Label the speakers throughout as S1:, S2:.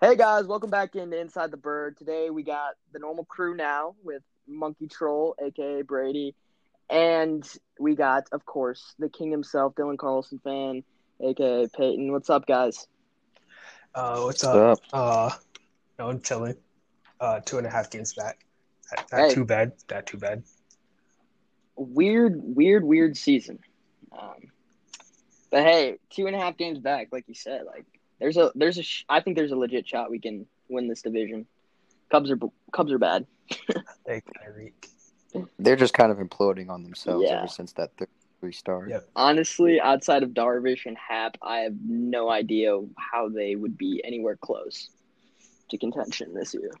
S1: Hey guys, welcome back into Inside the Bird. Today we got the normal crew now with Monkey Troll, aka Brady, and we got, of course, the king himself, Dylan Carlson fan, aka Peyton. What's up, guys?
S2: Uh, what's
S3: What's
S2: up? Uh,
S3: up?
S2: no, I'm chilling. Uh, two and a half games back. That, that
S1: Hey.
S2: too bad. That too bad.
S1: Weird, weird, weird season. Um, but hey, two and a half games back, like you said, like there's a there's a sh- I think there's a legit shot we can win this division. Cubs are b- Cubs are bad.
S2: Hey, Tyreek.
S3: They're just kind of imploding on themselves
S1: Yeah.
S3: ever since that third three star.
S2: Yep.
S1: Honestly, outside of Darvish and Hap, I have no idea how they would be anywhere close to contention this year.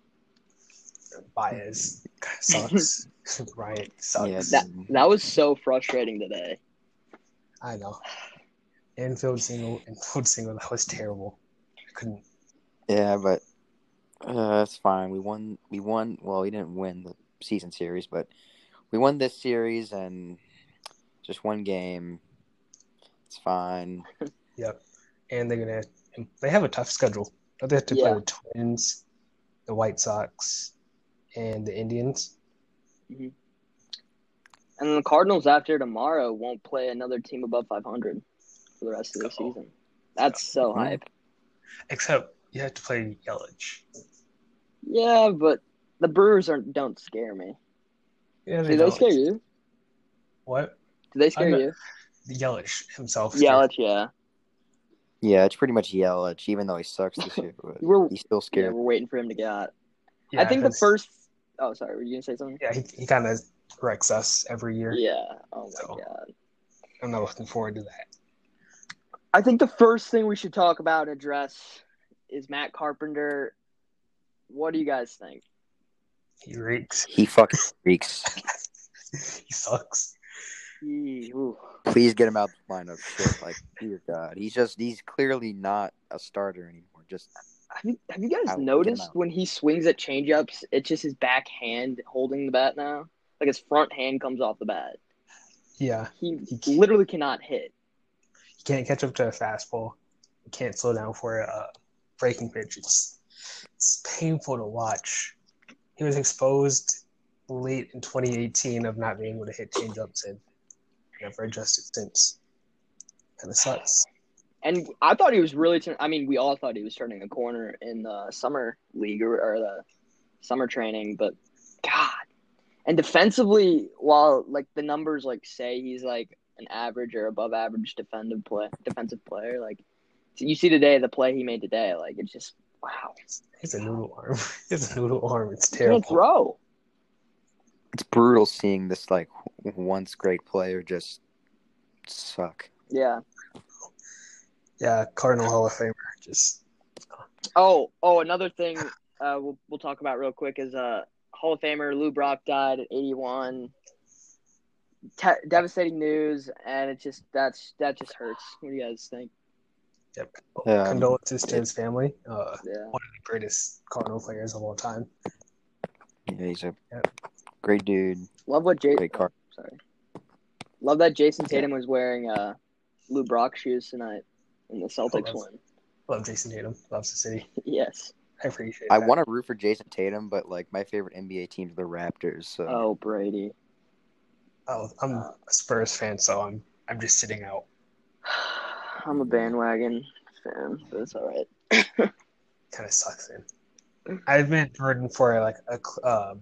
S2: Baez sucks. Bryant sucks.
S3: Yeah.
S1: That was so frustrating today.
S2: I know. Infield single, infield single. That was terrible. I couldn't.
S3: Yeah, but uh, that's fine. We won. We won. Well, we didn't win the season series, but we won this series and just one game. It's fine.
S2: Yep. And they're gonna. They have a tough schedule. Don't They have to
S1: Yeah.
S2: play the Twins, the White Sox, and the Indians.
S1: And the Cardinals after tomorrow won't play another team above 500 for the rest of the
S2: Let's go.
S1: season. That's so
S2: Mm-hmm.
S3: Mhm.
S1: hype.
S2: Except you have to play Yelich.
S1: Yeah, but the Brewers aren't, don't scare me.
S2: Yeah,
S1: Do they
S2: don't.
S1: scare you?
S2: What?
S1: Do they scare
S2: I'm not-
S1: you?
S2: Yelich himself.
S1: Yeah, let yeah.
S3: Yeah, it's pretty much Yelich, even though he sucks this year. But
S1: We're,
S3: he's still
S1: yeah,
S3: scared.
S1: we're waiting for him to get out.
S2: Yeah,
S1: I think the
S2: that's-
S1: first. Oh, sorry. Were you going to say something?
S2: Yeah, he, he kind of wrecks us every year.
S1: Yeah. Oh, my
S2: So.
S1: God.
S2: I'm not looking forward to that.
S1: I think the first thing we should talk about and address is Matt Carpenter. What do you guys think?
S2: He reeks.
S3: He fucking reeks.
S2: he sucks.
S1: He- ooh.
S3: Please get him out the lineup. Shit, like dear God, he's just he's clearly not a starter anymore. Just
S1: Have you, have you guys
S3: Out, get him
S1: noticed
S3: out.
S1: when he swings at changeups, it's just his back hand holding the bat now? Like his front hand comes off the bat.
S2: Yeah,
S1: He
S2: He can't-
S1: literally cannot hit.
S2: he can't catch up to a fastball. He can't slow down for a uh, breaking pitch. It's, it's painful to watch. He was exposed late in 2018 of not being able to hit changeups and never adjusted since. Kind of sucks.
S1: And I thought he was really turn- I mean, we all thought he was turning a corner in the summer league or, or the summer training, but God. And defensively, while like the numbers like say he's like an average or above average defensive play defensive player, like you see today the play he made today, like it's just wow.
S2: He's a noodle arm. He's a noodle arm. It's
S1: He can't
S2: terrible.
S1: throw.
S3: it's brutal seeing this like w- once great player just suck.
S1: Yeah.
S2: Yeah, Cardinal Hall of Famer. Just
S1: Oh, oh, another thing uh, we'll we'll talk about real quick is uh Hall of Famer Lou Brock died at 81. Te- devastating news, and it just that's that just hurts. What do you guys think?
S2: yep.
S3: Um,
S2: condolences to his family. Uh,
S1: Yeah,
S2: one of the greatest Cardinal players of all time.
S3: Yeah, he's a
S2: Yep.
S3: great dude.
S1: love what Jason.
S3: Great car.
S1: Sorry, love that Jason Tatum was wearing uh Lou Brock shoes tonight, and the Celtics
S2: that's-
S1: won.
S2: Love Jason Tatum. Loves the city.
S1: Yes.
S2: I appreciate.
S3: I
S2: that.
S3: want to root for Jason Tatum, but like my favorite NBA team's the Raptors. So
S1: Oh, Brady.
S2: Oh, I'm a Spurs fan, so I'm I'm just sitting out.
S1: I'm a bandwagon fan, but it's all right.
S2: Kind of sucks in. I've been rooting for like a cl- uh,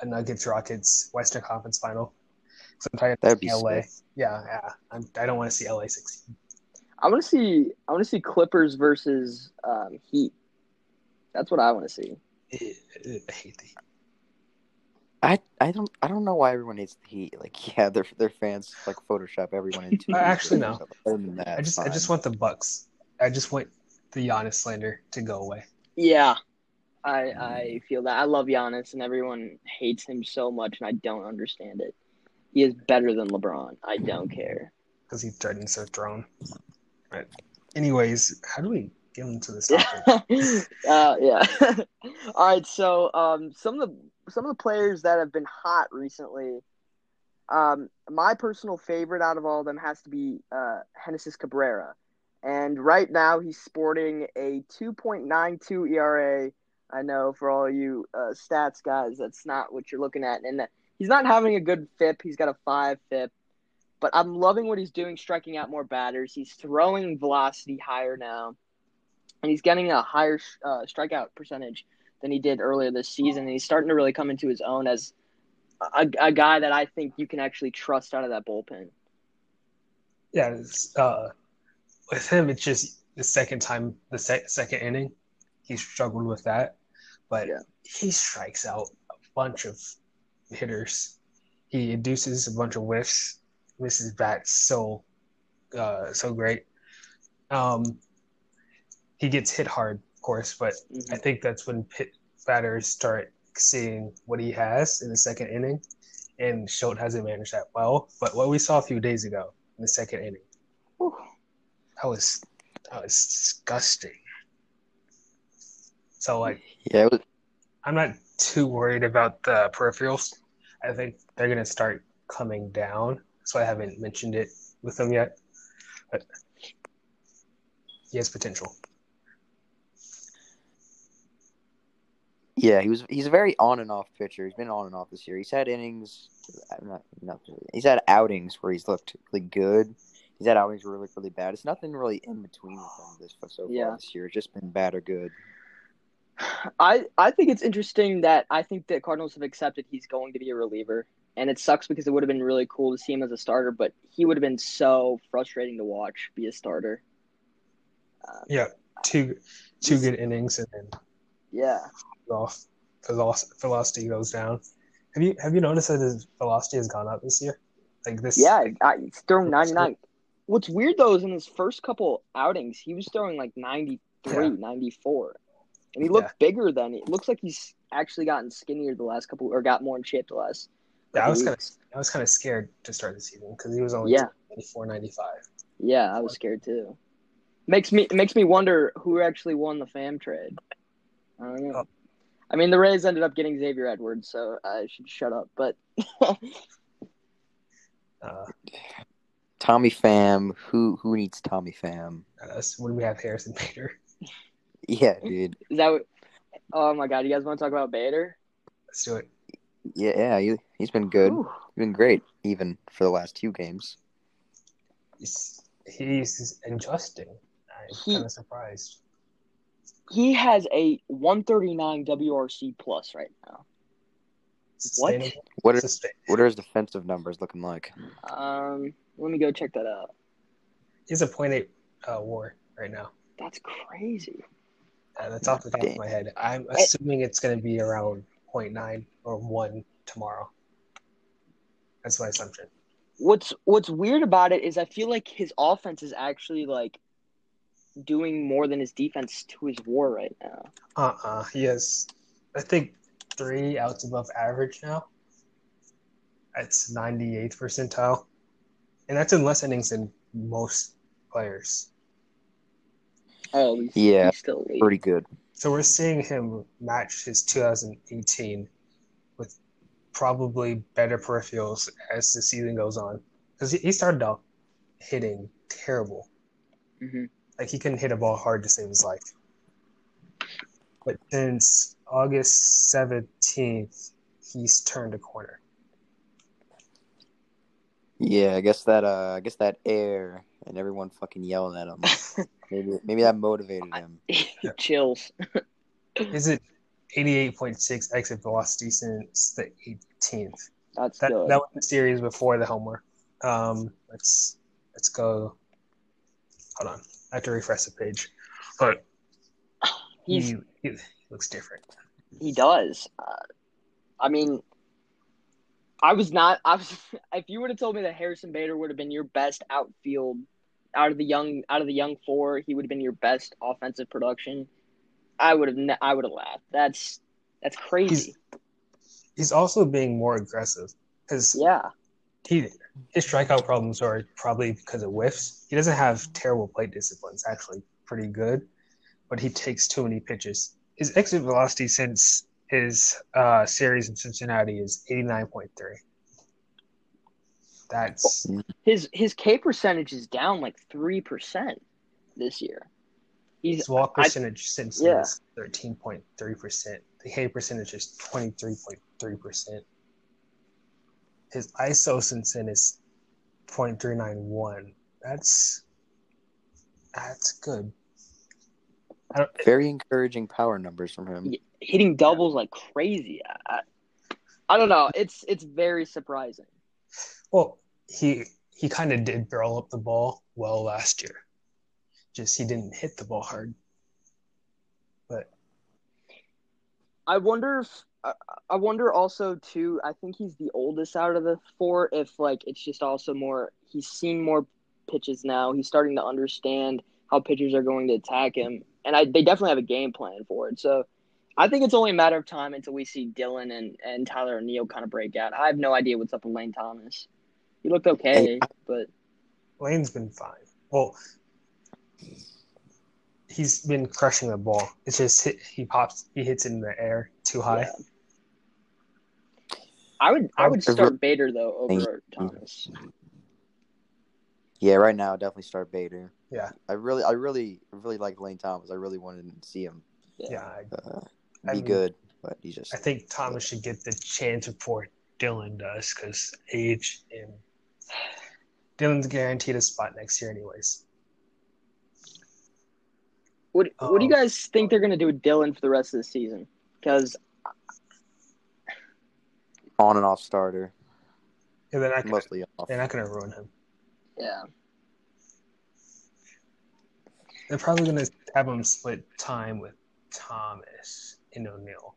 S2: a Nuggets Rockets Western Conference Final. So I'm tired of
S3: That'd be
S2: seeing LA.
S3: sick.
S2: Yeah, yeah. I'm, I don't want to see LA succeed.
S1: I want to see. I want to see Clippers versus um, Heat. That's what I want to see.
S2: I hate the Heat.
S3: I I don't I don't know why everyone hates the Heat. Like yeah, their their fans like Photoshop everyone into.
S2: Uh, actually, no.
S3: Other than that,
S2: I just I
S3: fine.
S2: just want the Bucks. I just want the Giannis slander to go away.
S1: Yeah, I I feel that. I love Giannis, and everyone hates him so much, and I don't understand it. He is better than LeBron. I don't care.
S2: because he threatens their throne. Right. Anyways, how do we get into this topic?
S1: uh, yeah. All right. So um, some of the some of the players that have been hot recently. Um, my personal favorite out of all of them has to be uh, Genesis Cabrera, And right now, he's sporting a 2.92 ERA. E I know for all you uh, stats guys, that's not what you're looking at. And uh, he's not having a good FIP. He's got a five FIP, but I'm loving what he's doing, striking out more batters. He's throwing velocity higher now, and he's getting a higher uh, strikeout percentage than he did earlier this season. And he's starting to really come into his own as a, a guy that I think you can actually trust out of that bullpen.
S2: Yeah, it's, uh, with him, it's just the second time, the se- second inning, he struggled with that, but
S1: Yeah.
S2: he strikes out a bunch of hitters. He induces a bunch of whiffs, misses bats so uh, so great. Um, he gets hit hard, of course, but I
S1: Mhm.
S2: think that's when pit batters start seeing what he has in the second inning, and Schultz hasn't managed that well. But what we saw a few days ago in the second inning,
S1: Whew.
S2: that was that was disgusting. So like,
S3: Yeah, it was,
S2: I'm not too worried about the peripherals. I think they're gonna start coming down. So I haven't mentioned it with them yet, but he has potential.
S3: yeah, he was. He's a very on and off pitcher. He's been on and off this year. He's had innings, uh, not, not he's had outings where he's looked really good. He's had outings where he looked really bad. It's nothing really in between with him this so far
S1: Yeah.
S3: this year. It's just been bad or good.
S1: I I think it's interesting that I think that Cardinals have accepted he's going to be a reliever, and it sucks because it would have been really cool to see him as a starter, but he would have been so frustrating to watch be a starter. Um,
S2: Two two good innings and then
S1: yeah,
S2: off veloc- velocity goes down. Have you have you noticed that his velocity has gone up this year? Like this,
S1: yeah, I, he's throwing ninety nine. What's weird though is in his first couple outings, he was throwing like 93,
S2: Yeah.
S1: 94. and he looked bigger than he. It looks like he's actually gotten skinnier the last couple, or got more in shape the last.
S2: Yeah, I
S1: couple
S2: was kind of
S1: weeks.
S2: I was kind of scared to start the season because he was only
S1: Yeah.
S2: 94, 95.
S1: Yeah, I was scared too. Makes me it makes me wonder who actually won the fam trade. I don't know.
S2: Oh.
S1: I mean, the Rays ended up getting Xavier Edwards, so I should shut up. But
S2: Uh,
S3: Tommy Pham, who who needs Tommy Pham?
S2: us when we have Harrison Bader,
S3: Yeah, dude.
S1: is that what? Oh my God, you guys want to talk about Bader?
S2: let's do it.
S3: Yeah, yeah. He, he's been good.
S1: Whew.
S3: He's been great, even for the last two games.
S2: He's, he's adjusting. I'm
S1: He-
S2: kind of surprised.
S1: He has a 139 WRC plus right now.
S2: Sustainable.
S3: What are
S2: Sustain-
S3: what are his defensive numbers looking like?
S1: Um, let me go check that out.
S2: He's a point eight uh, WAR right now.
S1: That's crazy.
S2: Uh, that's off the top of my head. I'm assuming it's going to be around 0.9 or one tomorrow. That's my assumption.
S1: What's What's weird about it is I feel like his offense is actually like doing more than his defense to his WAR right now.
S2: Uh uh He has, I think, three outs above average now. That's 98th percentile. And that's in less innings than most players.
S1: Oh, he's,
S3: Yeah.
S1: he's still elite.
S3: Pretty good.
S2: So we're seeing him match his 2018 with probably better peripherals as the season goes on. Because he, he started out hitting terrible.
S1: hmm
S2: Like he couldn't hit a ball hard to save his life. But since August 17th, he's turned a corner.
S3: Yeah, I guess that uh, I guess that air and everyone fucking yelling at him. maybe maybe that motivated him.
S1: Chills.
S2: Is it 88.6 exit velocity since the 18th?
S1: That's
S2: That,
S1: good.
S2: that was the series before the homer. Um, let's let's go. Hold on, I have to refresh the page. But he,
S1: He's
S2: he looks different.
S1: he does. Uh, I mean, I was not. I was. If you would have told me that Harrison Bader would have been your best outfield out of the young out of the young four, he would have been your best offensive production. I would have. Ne- I would have laughed. That's that's crazy.
S2: He's also being more aggressive because
S1: yeah.
S2: he his strikeout problems are probably because of whiffs. He doesn't have terrible plate discipline; it's actually pretty good, but he takes too many pitches. His exit velocity since his uh, series in Cincinnati is eighty nine point three. That's
S1: His his K percentage is down like three percent. this year. He's
S2: His walk
S1: I-
S2: percentage since
S1: yeah.
S2: is thirteen point three percent. The hit percentage is twenty three point three percent. His ISO since then is 0.391. That's that's good. I don't,
S3: Very encouraging power numbers from him.
S1: Yeah. hitting doubles like crazy. I, I, I don't know. It's it's very surprising.
S2: well, he he kind of did barrel up the ball well last year. Just he didn't hit the ball hard.
S1: I wonder if I- I wonder also too. I think he's the oldest out of the four. If like it's just also more, he's seen more pitches now. He's starting to understand how pitchers are going to attack him, and I, they definitely have a game plan for it. So I think it's only a matter of time until we see Dylan and and Tyler O'Neill kind of break out. I have no idea what's up with Lane Thomas. He looked okay, but
S2: Lane's been fine. Well, he's been crushing the ball. It's just hit, he pops, he hits it in the air too high.
S1: Yeah. I would I would
S3: I've-
S1: start Bader though over Thomas.
S3: Yeah, right now definitely start Bader.
S2: Yeah.
S3: I really, I really, really like Lane Thomas. I really wanted to see him
S2: Yeah, I,
S3: uh,
S2: I
S3: be
S2: mean-
S3: good, but he just
S2: I think Thomas should get the chance before Dylan does because age and Dylan's guaranteed a spot next year, anyways.
S1: What What do you
S2: Um,
S1: guys think they're gonna do with Dylan for the rest of the season? Because
S3: on and off starter,
S2: And they're not gonna,
S3: mostly off.
S2: they're not going to ruin him.
S1: yeah,
S2: They're probably going to have him split time with Thomas and O'Neill.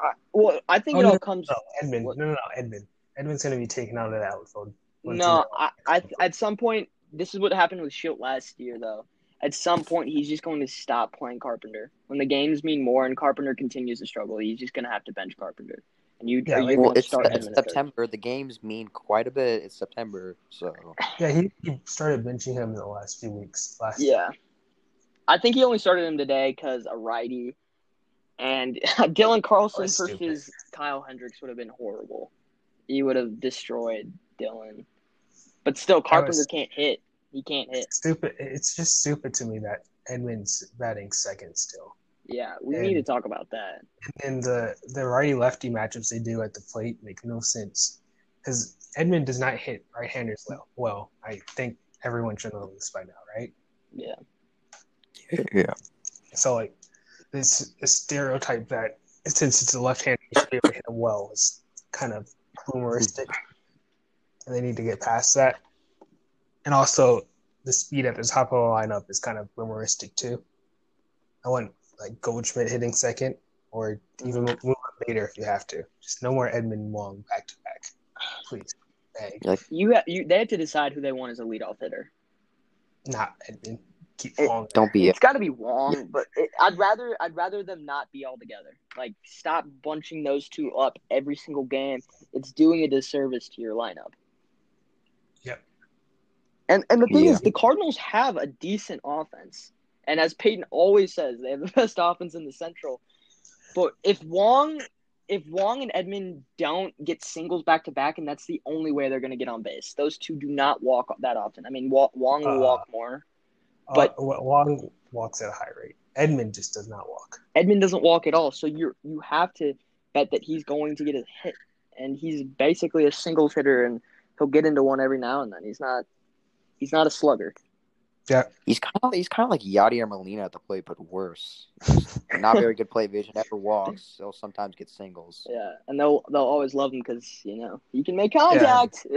S1: I, well, I think
S2: Oh,
S1: it
S2: no,
S1: all comes.
S2: No, Edmund.
S1: What-
S2: No, no, no, Edmund. Edmund's going to be taken out of the outfield.
S1: No,
S2: Once
S1: I, I at some point, this is what happened with Schilt last year though. At some point, he's just going to stop playing Carpenter when the games mean more, and Carpenter continues to struggle. He's just gonna have to bench Carpenter, and you
S2: Yeah,
S1: are you
S2: like-
S1: gonna
S3: Well, it's,
S1: start
S3: it's
S1: Edmund at third?
S3: September. The games mean quite a bit. It's September, so
S2: Yeah, he, he started benching him in the last few weeks. Last
S1: Yeah. I think he only started him today because a righty. And Dylan Carlson
S2: Oh, that's stupid.
S1: versus Kyle Hendricks would have been horrible. He would have destroyed Dylan. But still, Carpenter
S2: was-
S1: can't hit. He can't hit.
S2: stupid. It's just stupid to me that Edmund's batting second still.
S1: Yeah, we
S2: And-
S1: need to talk about that.
S2: And the the righty lefty matchups they do at the plate make no sense because Edmund does not hit right handers well. Well, I think everyone should know this by now, right?
S1: Yeah.
S3: yeah.
S2: So like this, this stereotype that since it's a left hander, you should be able to hit him well is kind of boomeristic, and they need to get past that. And also, the speed at the top of the lineup is kind of boomeristic too. I want like Goldschmidt hitting second, or even move move up later if you have to. Just no more Edmund Wong back to back, please. Hey,
S1: You, ha- you they have to decide who they want as a leadoff hitter.
S2: not Edmund. Keep
S1: It-
S2: Wong.
S3: Don't be
S1: It's got to be Wong, but it, I'd rather I'd rather them not be all together. Like stop bunching those two up every single game. It's doing a disservice to your lineup.
S2: Yep.
S1: And and the thing
S3: Yeah.
S1: is, the Cardinals have a decent offense, and as Peyton always says, they have the best offense in the Central. But if Wong, if Wong and Edmund don't get singles back to back, and that's the only way they're going to get on base. Those two do not walk that often. I mean, Wa- Wong will
S2: Uh,
S1: walk more.
S2: But Uh, Wong walks at a high rate. Edmund just does not walk.
S1: Edmund doesn't walk at all, so you you have to bet that he's going to get a hit, and he's basically a singles hitter, and he'll get into one every now and then. He's not he's not a slugger.
S3: He's kind of he's kind of like Yadier Molina at the plate, but worse. Not very good play vision. Never walks. He'll sometimes get singles.
S1: Yeah, and they'll they'll always love him because you know he can make contact.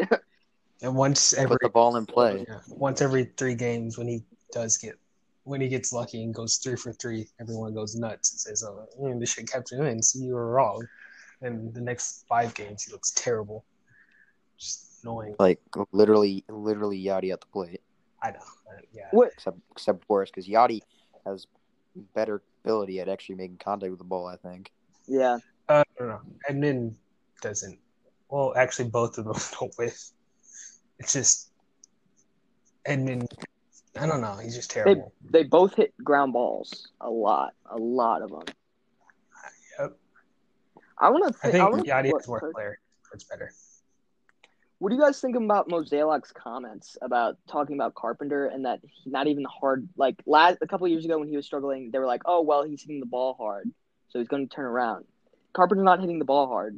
S2: And once every
S3: Put the ball in play.
S2: yeah, once every three games, when he does get when he gets lucky and goes three for three, everyone goes nuts and says, "Oh, mm, this shit kept him in. So you were wrong." And the next five games, he looks terrible, just annoying.
S3: Like literally, literally Yadi at the plate.
S2: I know. uh, Yeah,
S1: What-
S3: Except except worse because Yadi has better ability at actually making contact with the ball. I think.
S1: yeah,
S2: uh, I don't know. Edmund doesn't. Well, actually, both of them don't whiff. It's just Edmund. I don't know. He's just terrible.
S1: they both hit ground balls a lot, a lot of them.
S2: Yep.
S1: I want to.
S2: I think
S1: wanna
S2: Yadi
S1: look-
S2: is more player. It's better.
S1: What do you guys think about Mosalek's comments about talking about Carpenter and that he, not even the hard like last a couple years ago when he was struggling, they were like, "Oh well, he's hitting the ball hard, so he's going to turn around." Carpenter's not hitting the ball hard.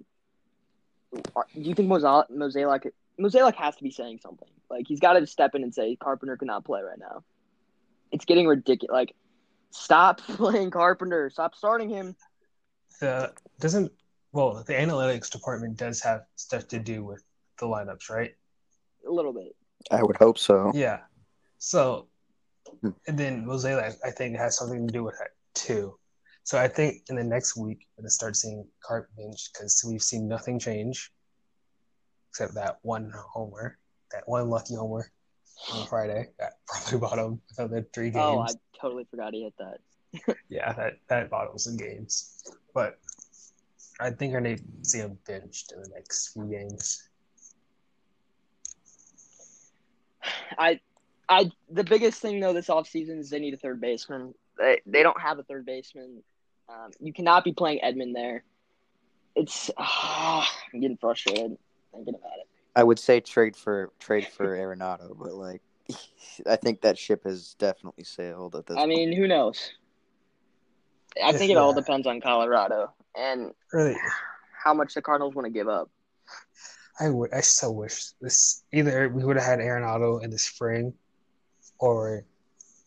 S1: Are- Do you think Mosal- Mosalek Mosalek has to be saying something? Like he's got to step in and say Carpenter cannot play right now. It's getting ridiculous. Like, stop playing Carpenter. Stop starting him.
S2: The doesn't well, the analytics department does have stuff to do with the lineups, right?
S1: A little bit.
S3: I would hope so.
S2: Yeah. So,
S3: Hmm.
S2: and then Mosaic, I think, has something to do with that too. So I think in the next week we're gonna start seeing Carp bench because we've seen nothing change except that one homer, that one lucky homer on Friday that probably bought him another three games.
S1: Oh, I totally forgot he hit that.
S2: yeah, that that bottles some games, but I think I need to see him benched in the next few games.
S1: I, I, the biggest thing though this offseason is they need a third baseman. They they don't have a third baseman. Um, you cannot be playing Edmund there. It's ah, I'm getting frustrated thinking about it.
S3: I would say trade for trade for Arenado, but like I think that ship has definitely sailed at this.
S1: I mean, who knows? I think it all
S2: Yeah.
S1: depends on Colorado and
S2: Really,
S1: how much the Cardinals want to give up.
S2: I would. I so wish this either we would have had Arenado in the spring, or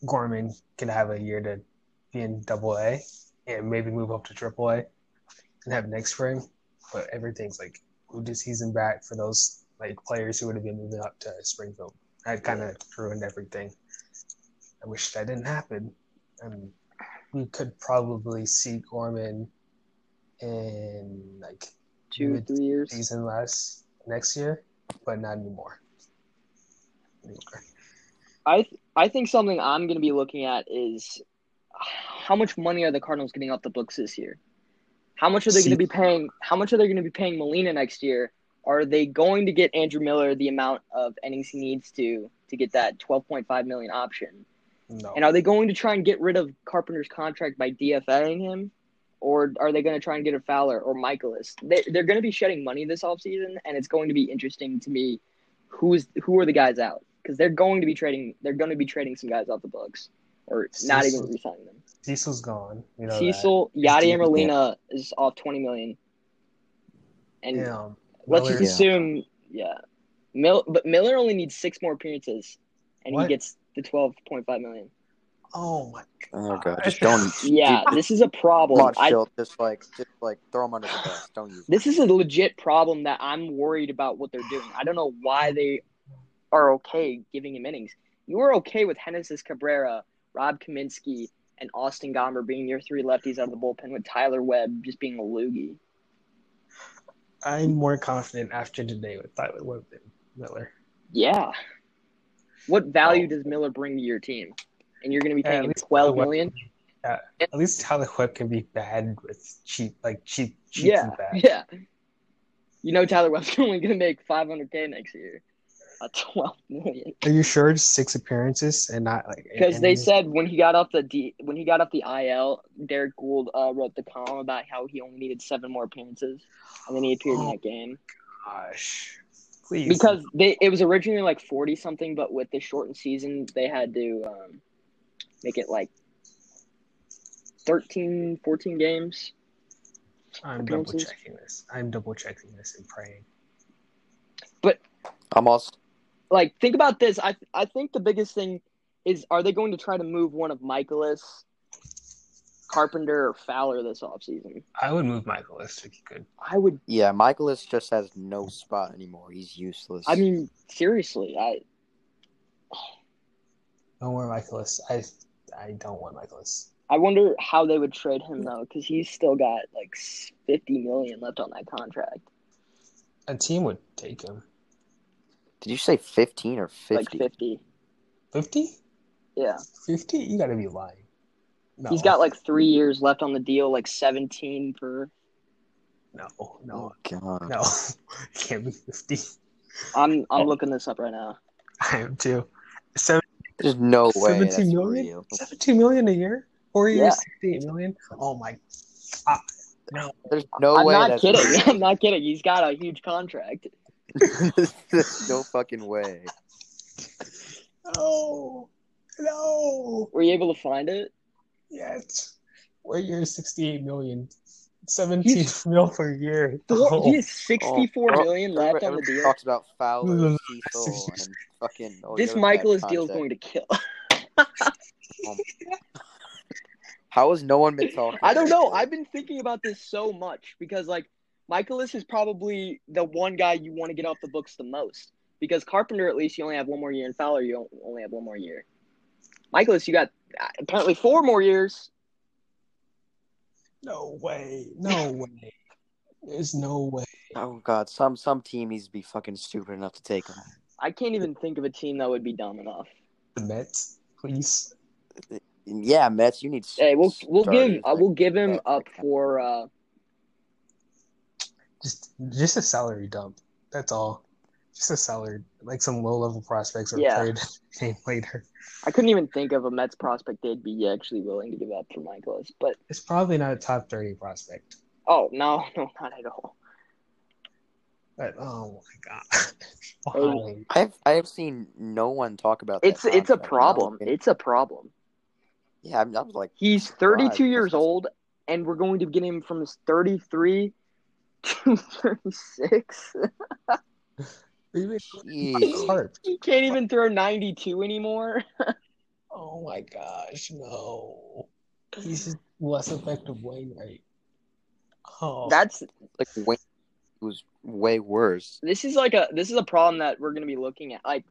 S2: Gorman can have a year to be in Double A and maybe move up to Triple A and have next spring. But everything's like moved his season back for those like players who would have been moving up to Springfield. That kind of ruined everything. I wish that didn't happen. Um, we could probably see Gorman in like
S1: Two,
S2: Mid-
S1: three years.
S2: season last next year, but not anymore. Anymore.
S1: I th- I think something I'm going to be looking at is how much money are the Cardinals getting off the books this year? How much are they going
S2: See-
S1: to be paying? How much are they going to be paying Molina next year? Are they going to get Andrew Miller the amount of innings he needs to to get that 12.5 million option?
S2: No.
S1: And are they going to try and get rid of Carpenter's contract by DFAing him? Or are they going to try and get a Fowler or Michaelis? They, they're going to be shedding money this offseason, and it's going to be interesting to me who's who are the guys out because they're going to be trading. They're going to be trading some guys off the books or not even
S2: Cecil-
S1: resigning them.
S2: Cecil's gone. You know
S1: Cecil Yadi
S3: Yeah.
S1: and Merlina is off twenty million,
S2: that.
S1: and
S2: You know,
S1: let's
S2: Miller-
S1: just assume yeah. Mill, but Miller only needs six more appearances, and
S2: What?
S1: he gets the twelve point five million.
S2: Oh my!
S3: Oh god, just don't.
S1: Yeah,
S3: dude,
S1: this is a problem.
S3: Mod
S1: I,
S3: Schilt, just like just like throw him under the bus. Don't use.
S1: this is a legit problem that I'm worried about what they're doing. I don't know why they are okay giving him innings. You were okay with Hennessy Cabrera, Rob Kaminsky, and Austin Gomber being your three lefties out of the bullpen with Tyler Webb just being a loogie.
S2: I'm more confident after today with Tyler Webb than Miller.
S1: Yeah. What value
S2: Oh.
S1: does Miller bring to your team? And you're going to be
S2: Yeah,
S1: paying
S2: at
S1: him
S2: least
S1: twelve
S2: Tyler Webb-
S1: million.
S2: At least Tyler Webb can be bad with cheap, like cheap, cheap
S1: Yeah,
S2: and bad.
S1: yeah. You know Tyler Webb's only going to make five hundred k next year. Uh, twelve million.
S2: Are you sure it's six appearances and not like? an
S1: because they
S2: innings?
S1: said when he got off the D, when he got off the IL, Derek Gould uh, wrote the column about how he only needed seven more appearances, and then he appeared
S2: Oh,
S1: in that game
S2: Gosh, please.
S1: because they it was originally like forty something, but with the shortened season, they had to um, make it like 13, 14 games.
S2: I'm double
S1: appearances-
S2: checking this. I'm double checking this and praying.
S3: I'm also
S1: Like think about this. I I think the biggest thing is are they going to try to move one of Michaelis, Carpenter, or Fowler this offseason?
S2: I would move Michaelis if you could.
S1: I would
S3: yeah. Michaelis just has no spot anymore. He's useless.
S1: I mean seriously, I
S2: Don't worry, Michaelis. I I don't want Michaelis.
S1: I wonder how they would trade him though, because he's still got like s- fifty million left on that contract,
S2: A team would take him.
S3: did you say fifteen or fifty?
S1: like fifty.
S2: 50?
S1: Yeah,
S2: 50? You gotta be lying. No.
S1: he's got like three years left on the deal, like seventeen per.
S2: No,
S3: oh
S2: no,
S3: god.
S2: no. Can't be 50.
S1: I'm I'm looking this up right now.
S2: I am too. Seven,
S3: There's no way.
S2: 17
S3: that's
S2: million?
S3: real.
S2: 17 million a year? Four years,
S1: Yeah.
S2: 68 million? Oh my. Ah, no.
S3: There's no
S1: I'm
S3: way.
S1: not
S3: that's
S1: kidding.
S3: real.
S1: I'm not kidding. He's got a huge contract.
S3: There's no fucking way.
S2: No, no.
S1: Were you able to find it?
S2: Yet, we're year sixty-eight million, seventeen mil per year. Oh.
S1: He has sixty-four
S3: Oh,
S1: million left on the
S3: Everybody
S1: deal.
S3: talks about Fowler, Cecil, and fucking. oh,
S1: This
S3: the other
S1: Michaelis
S3: bad
S1: deal is going
S3: contact.
S1: to kill.
S3: How has no one been talking?
S1: I don't
S3: about
S1: know.
S3: it?
S1: I've been thinking about this so much because like Michaelis is probably the one guy you want to get off the books the most because Carpenter at least you only have one more year and Fowler you don't- only have one more year. Michaelis you got uh, apparently four more years.
S2: No way. No way. There's no way.
S3: Oh god, some some team needs to be fucking stupid enough to take him.
S1: I can't even think of a team that would be dumb enough.
S2: The Mets, please.
S3: And yeah, Mets, you need. s-
S1: Hey, we'll we'll
S3: starters,
S1: give uh,
S3: like-
S1: we'll give him
S3: that-
S1: up for uh,
S2: Just just a salary dump. That's all. Just a salary, like some low level prospects or
S1: Yeah.
S2: trade name later.
S1: I couldn't even think of a Mets prospect they'd be actually willing to give up for Michaelis. But
S2: It's probably not a top thirty prospect.
S1: oh no, no, not at all.
S2: But oh my god.
S1: Oh.
S2: Why?
S3: I've I've seen no one talk about. that
S1: It's it's a
S3: contract, and Uh, I was
S1: problem.
S3: thinking-
S1: It's a problem.
S3: yeah, I'm- I was like,
S1: He's
S3: surprised.
S1: 32 years old, and we're going to get him from his 33 to 36.
S2: Even
S3: Jeez.
S2: Carp.
S1: He can't even throw 92 anymore.
S2: Oh my gosh, no. He's just less effective Wainwright. Oh
S1: That's
S3: like way it was way worse.
S1: this is like a this is a problem that we're going to be looking at. Like,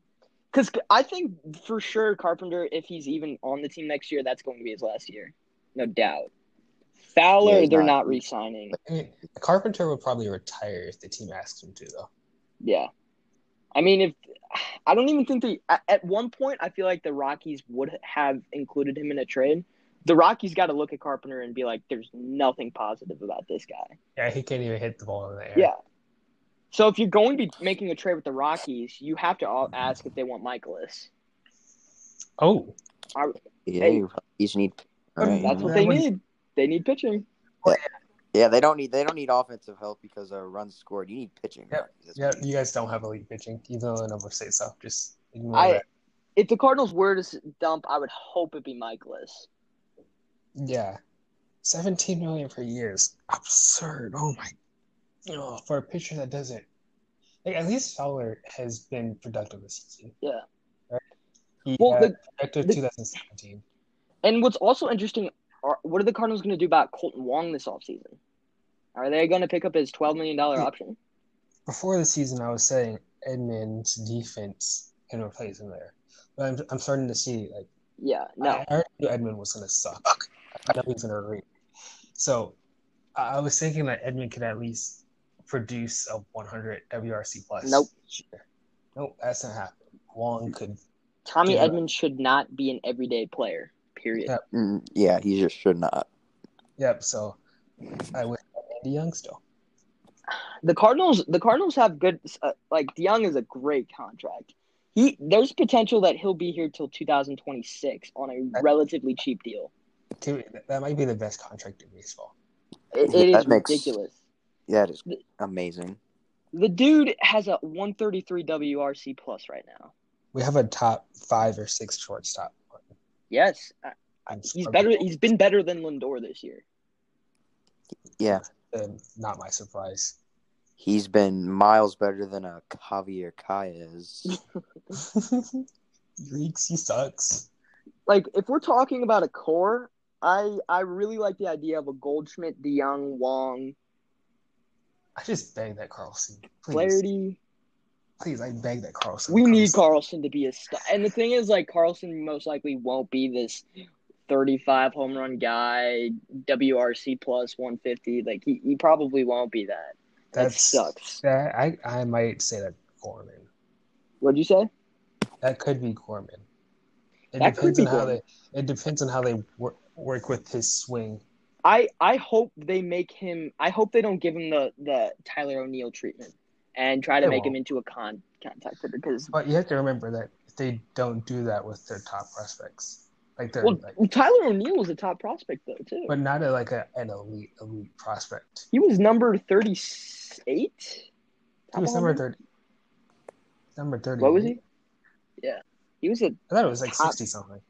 S1: because I think for sure Carpenter, if he's even on the team next year, that's going to be his last year, no doubt. Fowler,
S3: Yeah, he's
S1: they're not,
S3: not-
S1: re-signing.
S2: I mean, Carpenter would probably retire if the team asked him to, though.
S1: Yeah, I mean, if I don't even think they at- at one point, I feel like the Rockies would have included him in a trade. The Rockies got to look at Carpenter and be like, "There's nothing positive about this guy."
S2: Yeah, he can't even hit the ball in the air.
S1: Yeah. So if you're going to be making a trade with the Rockies, you have to all ask if they want Michaelis.
S2: Oh,
S3: Yeah,
S1: Hey.
S3: you just need.
S2: I mean,
S1: That's what
S2: That
S1: they
S2: would-
S1: need. They need pitching.
S3: Yeah, they don't need they don't need offensive help because uh, runs scored. You need pitching.
S2: Yep.
S3: That's-
S2: yeah. You guys don't have elite pitching, even though the numbers say so. Just ignore
S1: I,
S2: that.
S1: if the Cardinals were to dump, I would hope it be Michaelis.
S2: Yeah, seventeen million per year is absurd. Oh my, oh, for a pitcher that doesn't. Like at least Fowler has been productive this season.
S1: Yeah.
S2: Right? He
S1: Well,
S2: had
S1: the-
S2: productive
S1: the-
S2: 2017.
S1: And what's also interesting are what are the Cardinals going to do about Colton Wong this offseason? Are they going to pick up his twelve million dollar option?
S2: Before the season, I was saying Edmonds defense can replace him there, but I'm I'm starting to see like.
S1: Yeah, no.
S2: I already knew Edmund was going to suck. I know he's going to read. So I I was thinking that Edmund could at least produce a 100 WRC plus.
S1: Nope.
S2: Sure. Nope, that's not happening. Wong could.
S1: Tommy
S2: Yeah.
S1: Edmonds should not be an everyday player. Period.
S2: Yeah.
S3: Mm, yeah, he just should not.
S2: Yep. So I would have Andy Young still.
S1: The Cardinals, the Cardinals have good. Uh, like DeYoung is a great contract. He there's potential that he'll be here till 2026 on a relatively cheap deal.
S2: Dude, that- That might be the best contract in baseball.
S1: It,
S3: Yeah,
S1: it is
S3: that makes-
S1: ridiculous.
S3: Yeah, that is amazing.
S1: The dude has a 133 WRC plus right now.
S2: We have a top five or six shortstop.
S1: Yes, uh,
S2: I'm
S1: he's
S2: sorry.
S1: better. He's been better than Lindor this year.
S3: Yeah,
S2: Um, not my surprise.
S3: he's been miles better than a Javier Calles.
S2: Reeks, he sucks.
S1: Like if we're talking about a core, I I really like the idea of a Goldschmidt, DeYoung, Wong,
S2: I just beg that Carlson. Please.
S1: Flaherty.
S2: Please, I beg that Carlson.
S1: We
S2: comes.
S1: need Carlson to be a star. And the thing is, like, Carlson most likely won't be this 35 home run guy, WRC plus 150. Like, he, he probably won't be that. That
S2: That's-
S1: sucks.
S2: That I I might say that Gorman.
S1: What'd you say?
S2: That could be Gorman. It
S1: That could
S2: depends
S1: be
S2: on how
S1: Gorman.
S2: they. It depends on how they work, work with his swing.
S1: I, I hope they make him, I hope they don't give him the, the Tyler O'Neill treatment and try to
S2: They
S1: make him
S2: won't.
S1: into a con contact hitter because
S2: But you have to remember that if they don't do that with their top prospects, like they're
S1: well,
S2: like,
S1: Tyler O'Neill was a top prospect, though, too.
S2: but not a, like a, an elite elite prospect.
S1: he was number 38.
S2: He was number thirty. number thirty.
S1: What was
S2: right?
S1: he? Yeah, he was a.
S2: I thought it was like
S1: Top-
S2: sixty something.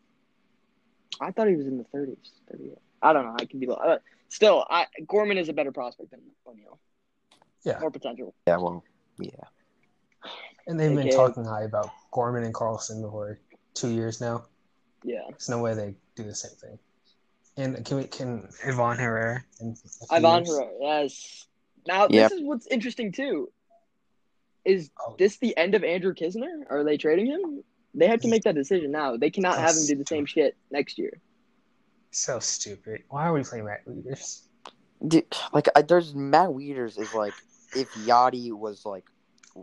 S1: I thought he was in the thirties. Thirty. I don't know. I could be. Uh, still, I Gorman is a better prospect than O'Neal.
S2: Yeah.
S1: More potential.
S3: Yeah, well, yeah.
S2: And they've been
S1: AKA.
S2: talking high about Gorman and Carlson for two years now.
S1: Yeah.
S2: There's no way they do the same thing. And can we can Ivan Herrera and
S1: Ivan Herrera. Yes. Now
S3: Yep.
S1: this is what's interesting too. Is
S2: Oh,
S1: this the end of Andrew Kisner? Are they trading him? They have to make that decision now. They cannot have him do the same shit next year.
S2: so stupid. Why are we playing Matt Leaders?
S3: Dude, like I, there's Matt Wieters is like if Yachty was like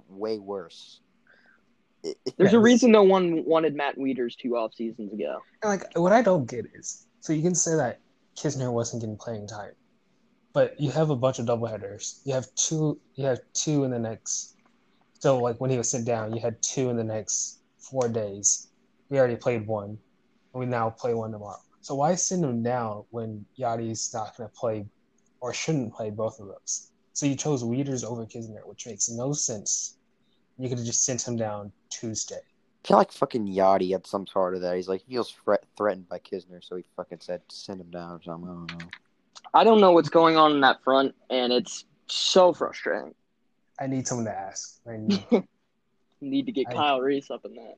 S3: way worse. It- it-
S1: There's a
S2: Yes.
S1: reason no one wanted Matt Wieters two off seasons ago.
S2: And like what I don't get is so you can say that Kisner wasn't getting playing time, but you have a bunch of doubleheaders. You have two. You have two in the next. So like when he was sent down, you had two in the next four days. We already played one, and we now play one tomorrow. So why send him down when Yachty's not going to play, or shouldn't play both of those? So you chose Weeders over Kisner, which makes no sense. You could have just sent him down Tuesday.
S3: I feel like fucking Yachty had some part of that. He's like he feels threat threatened by Kisner, so he fucking said send him down or something. I don't know.
S1: I don't know what's going on in that front, and it's so frustrating.
S2: I need someone to ask. I need
S1: Need to get
S2: I-
S1: Kyle Reese up in that.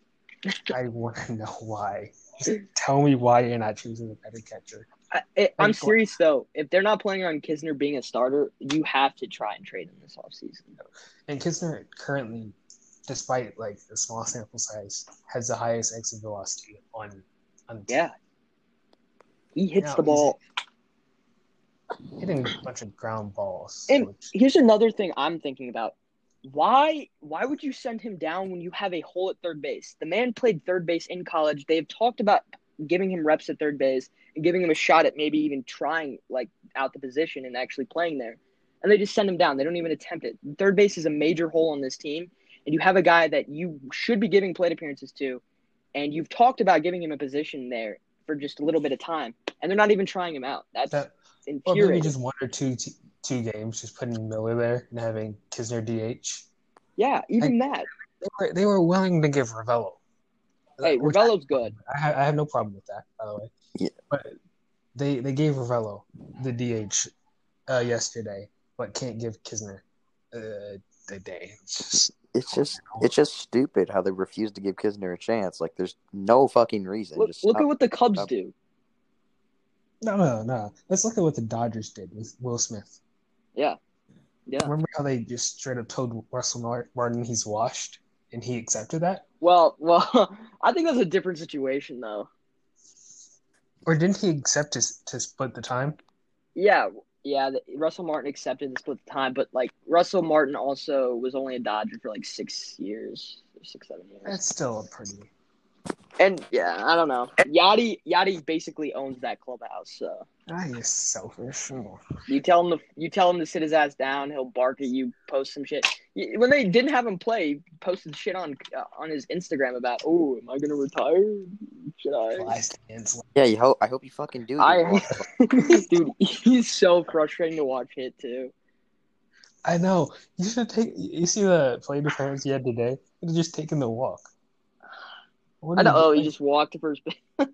S2: I want to know why. Just tell me why you're not choosing a better catcher.
S1: I, I, I'm
S2: Like,
S1: serious though. If they're not planning on Kisner being a starter, you have to try and trade him this offseason.
S2: And Kisner currently, despite like the small sample size, has the highest exit velocity on on the
S1: Yeah. He hits
S2: Yeah,
S1: the ball.
S2: team, hitting a bunch of ground balls.
S1: And-
S2: which-
S1: Here's another thing I'm thinking about. Why why would you send him down when you have a hole at third base? The man played third base in college. They've talked about giving him reps at third base and giving him a shot at maybe even trying like out the position and actually playing there. And they just send him down. They don't even attempt it. Third base is a major hole on this team, and you have a guy that you should be giving plate appearances to, and you've talked about giving him a position there for just a little bit of time, and they're not even trying him out. That's
S2: That- or
S1: infuriating.
S2: maybe just one or two t- two games, just putting Miller there and having Kisner DH.
S1: yeah, even that.
S2: They were, they were willing to give Ravello.
S1: Hey,
S2: Which-
S1: Ravello's good.
S2: I have, I have no problem with that, by the way.
S3: Yeah.
S2: But they they gave Ravello the DH uh, yesterday, but can't give Kisner uh, the day. It's just-
S3: It's just it's just stupid how they refuse to give Kisner a chance. Like there's no fucking reason.
S1: Look,
S3: just
S1: look
S3: stop.
S1: at what the Cubs
S3: up.
S1: do.
S2: No, no, no. Let's look at what the Dodgers did with Will Smith.
S1: Yeah. Yeah.
S2: Remember how they just straight up told Russell Mar- Martin he's washed, and he accepted that,
S1: Well, well, I think that's a different situation though.
S2: or didn't he accept to, s- to split the time?
S1: Yeah, yeah. The, Russell Martin accepted this split the time, but like Russell Martin also was only a Dodger for like six years, six seven years.
S2: That's still a pretty.
S1: and yeah, I don't know. Yachty Yachty basically owns that clubhouse. So
S2: That is selfish. Oh.
S1: you tell him to you tell him to sit his ass down. He'll bark at you. Post some shit. Y- When they didn't have him play, he posted shit on uh, on his Instagram about, oh, am I gonna retire? Should I?
S2: Last
S3: yeah, you hope I hope you fucking do.
S1: I,
S3: Like,
S1: dude, he's so frustrating to watch hit too.
S2: I know. You should take. You see the play defense he had today. Could have just taken the walk. What
S1: I
S2: are
S1: know.
S2: you
S1: Oh, he
S2: doing?
S1: just walked to first base.
S2: no,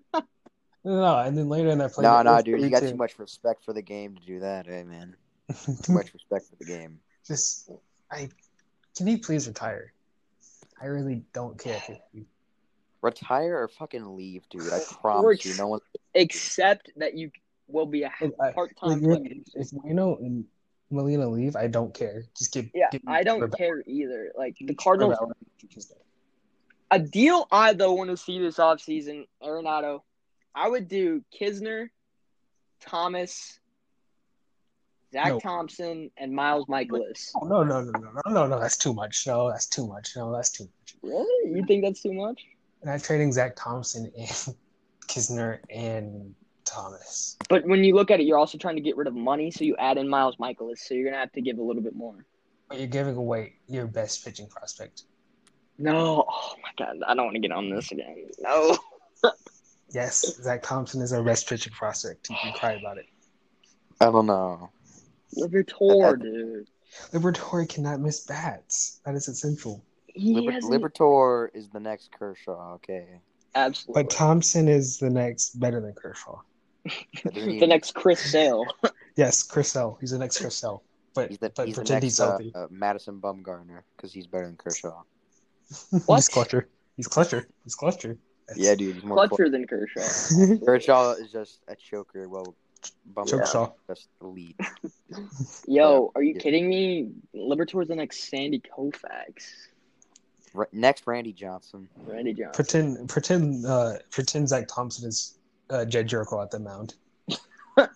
S2: no, no, and then later in that play,
S3: no,
S2: it
S3: no,
S2: was
S3: dude, you got
S2: 3-2.
S3: too much respect for the game to do that, eh, man. Too much respect for the game.
S2: just, I can he please retire? I really don't care. If he,
S3: Retire or fucking leave, dude. I promise
S1: Works.
S3: you, no one.
S1: Except that you will be a
S2: Look, I-
S1: part
S2: like,
S1: time player.
S2: really, if Moreno and Molina leave, I don't care. Just give.
S1: Yeah,
S2: give me
S1: I don't
S2: Ravel-
S1: care either. Like the Cardinals,
S2: Ravel and Tuesday.
S1: a deal I though want to see this offseason, Arenado. I would do Kisner, Thomas, Zach
S2: No.
S1: Thompson, and Miles Michaelis.
S2: Oh, no, no, no, no, no, no, no. That's too much. No, that's too much. No, that's too much.
S1: Really? You think that's too much?
S2: And I'm trading Zach Thompson and Kisner and Thomas.
S1: But when you look at it, you're also trying to get rid of money, so you add in Miles Michaelis, so you're gonna have to give a little bit more.
S2: But you're giving away your best pitching prospect.
S1: No, oh my god, I don't want to get on this again. No,
S2: Yes, Zach Thompson is our best pitching prospect. You can cry about it.
S3: I don't know.
S1: Libertor, dude.
S2: Liberatore cannot miss bats. That is essential.
S1: he
S3: Liber-
S1: hasn't-
S3: Libertor is the next Kershaw. Okay,
S1: absolutely.
S2: But Thompson is the next better than Kershaw.
S3: That doesn't
S1: the
S3: even-
S1: next Chris Sale.
S2: Yes, Chrisell. He's the next Chrisell. But
S3: He's the,
S2: but
S3: he's the
S2: pretend
S3: next
S2: he's
S3: uh,
S2: healthy.
S3: uh, Madison Bumgarner because he's better than Kershaw.
S1: What?
S2: he's clutcher. He's clutcher. He's clutcher. That's-
S3: Yeah, dude, he's more
S1: Clutcher than Kershaw.
S3: Kershaw is just a choker. Well, Bumgarner is
S2: Kershaw.
S3: just elite.
S1: Yo, are you
S3: Yeah.
S1: kidding me? Libertor's the next Sandy Koufax.
S3: Ra- next, Randy Johnson.
S1: Randy Johnson.
S2: Pretend pretend uh pretend Zach Thompson is uh, Jed Jericho at the mound. That's